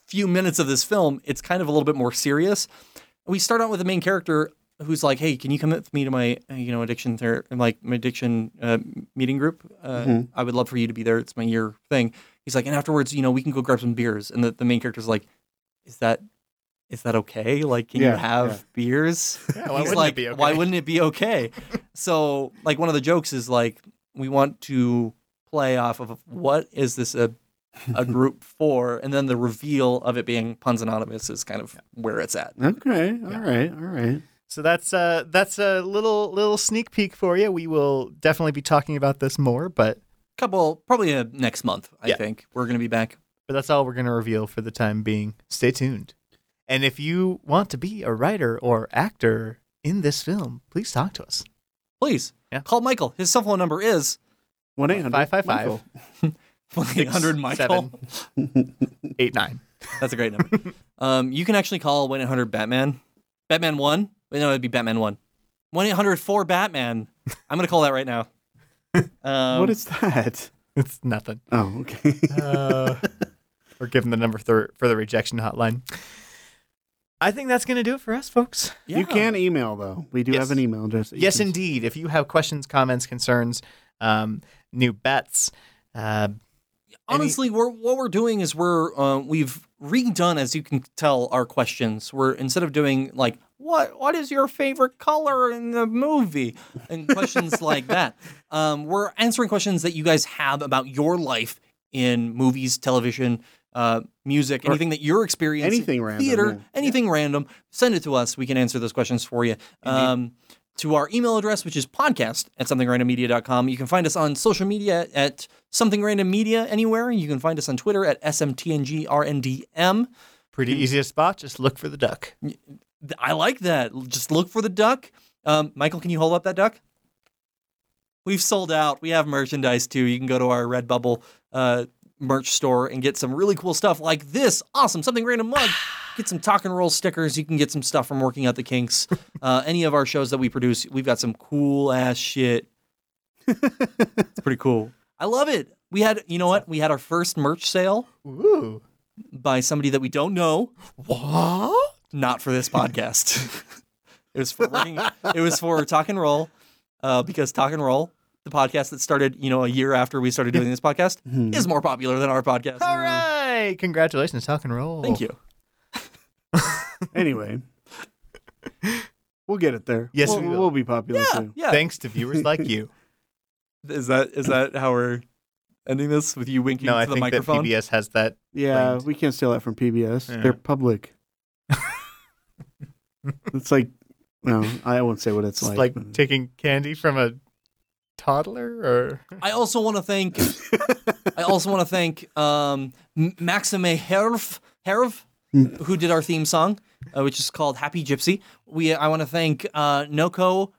Speaker 3: few minutes of this film, it's kind of a little bit more serious. we start out with the main character who's like, "Hey, can you come with me to my uh, you know addiction ther- like my addiction uh, meeting group? Uh,
Speaker 2: Mm-hmm.
Speaker 3: I would love for you to be there. It's my year thing." He's like, "And afterwards, you know, we can go grab some beers." And the, the main character's like, "Is that is that okay? Like, can
Speaker 2: Yeah,
Speaker 3: you have beers?"
Speaker 4: Yeah, Oh, why
Speaker 3: He's
Speaker 4: wouldn't it
Speaker 3: like,
Speaker 4: be okay?
Speaker 3: "Why wouldn't it be okay?" so, like, one of the jokes is like, "We want to play off of what is this a." a group for, and then the reveal of it being Puns Anonymous is kind of where it's at.
Speaker 2: Okay. All right. All right.
Speaker 4: So that's uh that's a little little sneak peek for you. We will definitely be talking about this more, but
Speaker 3: couple probably uh, next month i
Speaker 4: Yeah.
Speaker 3: think we're gonna be back
Speaker 4: but that's all we're going to reveal for the time being. Stay tuned. And if you want to be a writer or actor in this film, please talk to us.
Speaker 3: please
Speaker 4: Yeah.
Speaker 3: call michael his cell phone number is
Speaker 2: One eight hundred
Speaker 4: 555
Speaker 3: 1-800 michael
Speaker 4: seven. 89.
Speaker 3: that's a great number um, you can actually call 1-800 batman batman 1 Wait, no it'd be batman 1 1-800 for batman i'm gonna call that right now um,
Speaker 2: What is that?
Speaker 4: It's nothing.
Speaker 2: Oh, okay.
Speaker 4: uh, or give them the number thir- for the rejection hotline. I think that's going to do it for us, folks.
Speaker 3: yeah.
Speaker 2: You can email though. We do
Speaker 4: Yes.
Speaker 2: have an email address. that you
Speaker 4: Yes,
Speaker 2: can-
Speaker 4: indeed. If you have questions, comments, concerns, um, new bets, uh,
Speaker 3: honestly we're, what we're doing is we're uh, we've redone as you can tell our questions we're instead of doing like what what is your favorite color in the movie and questions like that um, we're answering questions that you guys have about your life in movies television uh, music anything that you're experiencing
Speaker 2: anything random,
Speaker 3: theater
Speaker 2: yeah.
Speaker 3: anything random send it to us we can answer those questions for you um, to our email address, which is podcast at somethingrandommedia.com. You can find us on social media at Something Random Media anywhere. You can find us on Twitter at SMTNGRNDM.
Speaker 4: pretty easiest spot. Just look for the duck.
Speaker 3: Th- I like that. L- Just look for the duck. Um, Michael, can you hold up that duck? We've sold out. We have merchandise too. You can go to our Redbubble uh, merch store and get some really cool stuff like this. Awesome. Something random mug. Get some talk and roll stickers. You can get some stuff from Working Out the Kinks. Uh, any of our shows that we produce, we've got some cool ass shit. it's pretty cool. I love it. We had, you know what? We had our first merch sale
Speaker 4: Ooh.
Speaker 3: by somebody that we don't know. What? Not for this podcast. it was for working, it was for Talk and Roll, uh, because Talk and Roll, the podcast that started you know a year after we started doing this podcast,
Speaker 2: hmm,
Speaker 3: is more popular than our podcast.
Speaker 4: Mm-hmm. All right. Congratulations, talk and roll.
Speaker 3: Thank you.
Speaker 2: Anyway, we'll get it there.
Speaker 4: Yes,
Speaker 2: we'll,
Speaker 4: we will.
Speaker 2: we'll be popular
Speaker 3: Yeah,
Speaker 2: too.
Speaker 3: yeah.
Speaker 4: Thanks to viewers like you.
Speaker 3: Is that is that how we're ending this with you winking
Speaker 4: no,
Speaker 3: to
Speaker 4: I
Speaker 3: the
Speaker 4: think that
Speaker 3: microphone?
Speaker 4: PBS has that.
Speaker 2: Yeah,
Speaker 4: Blamed.
Speaker 2: we can't steal that from PBS.
Speaker 4: Yeah.
Speaker 2: They're public. it's like, no, I won't say what it's,
Speaker 4: It's like, mm.
Speaker 2: but-
Speaker 4: taking candy from a toddler or
Speaker 3: I also want to thank. I also want to thank um, M- Maxime Herv, Herv, who did our theme song, uh, which is called "Happy Gypsy." We I want to thank uh, Noco.fm,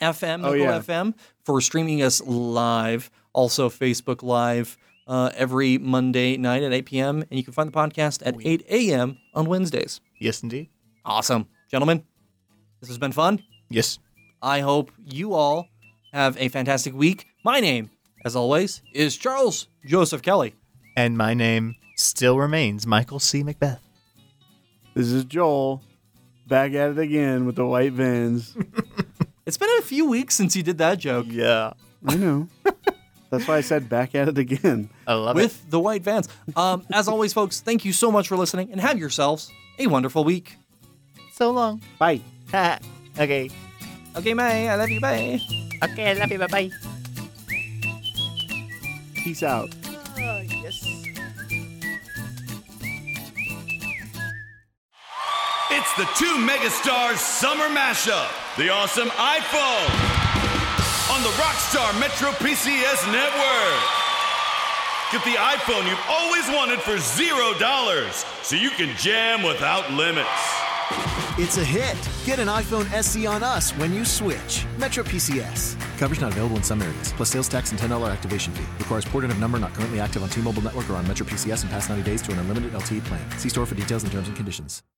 Speaker 3: Noco
Speaker 2: yeah.
Speaker 3: FM, for streaming us live. Also, Facebook Live uh, every Monday night at 8 p.m. And you can find the podcast at 8 a.m. on Wednesdays.
Speaker 4: Yes, indeed.
Speaker 3: Awesome, gentlemen. This has been fun.
Speaker 4: Yes.
Speaker 3: I hope you all have a fantastic week. My name, as always, is Charles Joseph Kelly.
Speaker 4: And my name still remains Michael C. Macbeth.
Speaker 2: this is Joel back at it again with the white vans.
Speaker 3: It's been a few weeks since you did that joke
Speaker 4: Yeah.
Speaker 2: I know. That's why I said back at it again.
Speaker 4: I love it.
Speaker 3: with the white vans. Um, as always, folks, thank you so much for listening and have yourselves a wonderful week.
Speaker 4: So long.
Speaker 2: Bye.
Speaker 4: Ha. okay.
Speaker 3: Okay, May, I love you, May.
Speaker 4: Okay, I love you. Bye bye.
Speaker 2: Peace out.
Speaker 4: yes.
Speaker 7: It's the two megastars summer mashup. The awesome iPhone on the Rockstar Metro PCS network. Get the iPhone you've always wanted for zero dollars, so you can jam without limits.
Speaker 8: It's a hit. Get an iPhone SE on us when you switch. Metro PCS. Coverage not available in some areas, plus sales tax and $10 activation fee. Requires porting of number not E currently active on T-Mobile network or on Metro PCS in past 90 days to an unlimited LTE plan. See store for details and terms and conditions.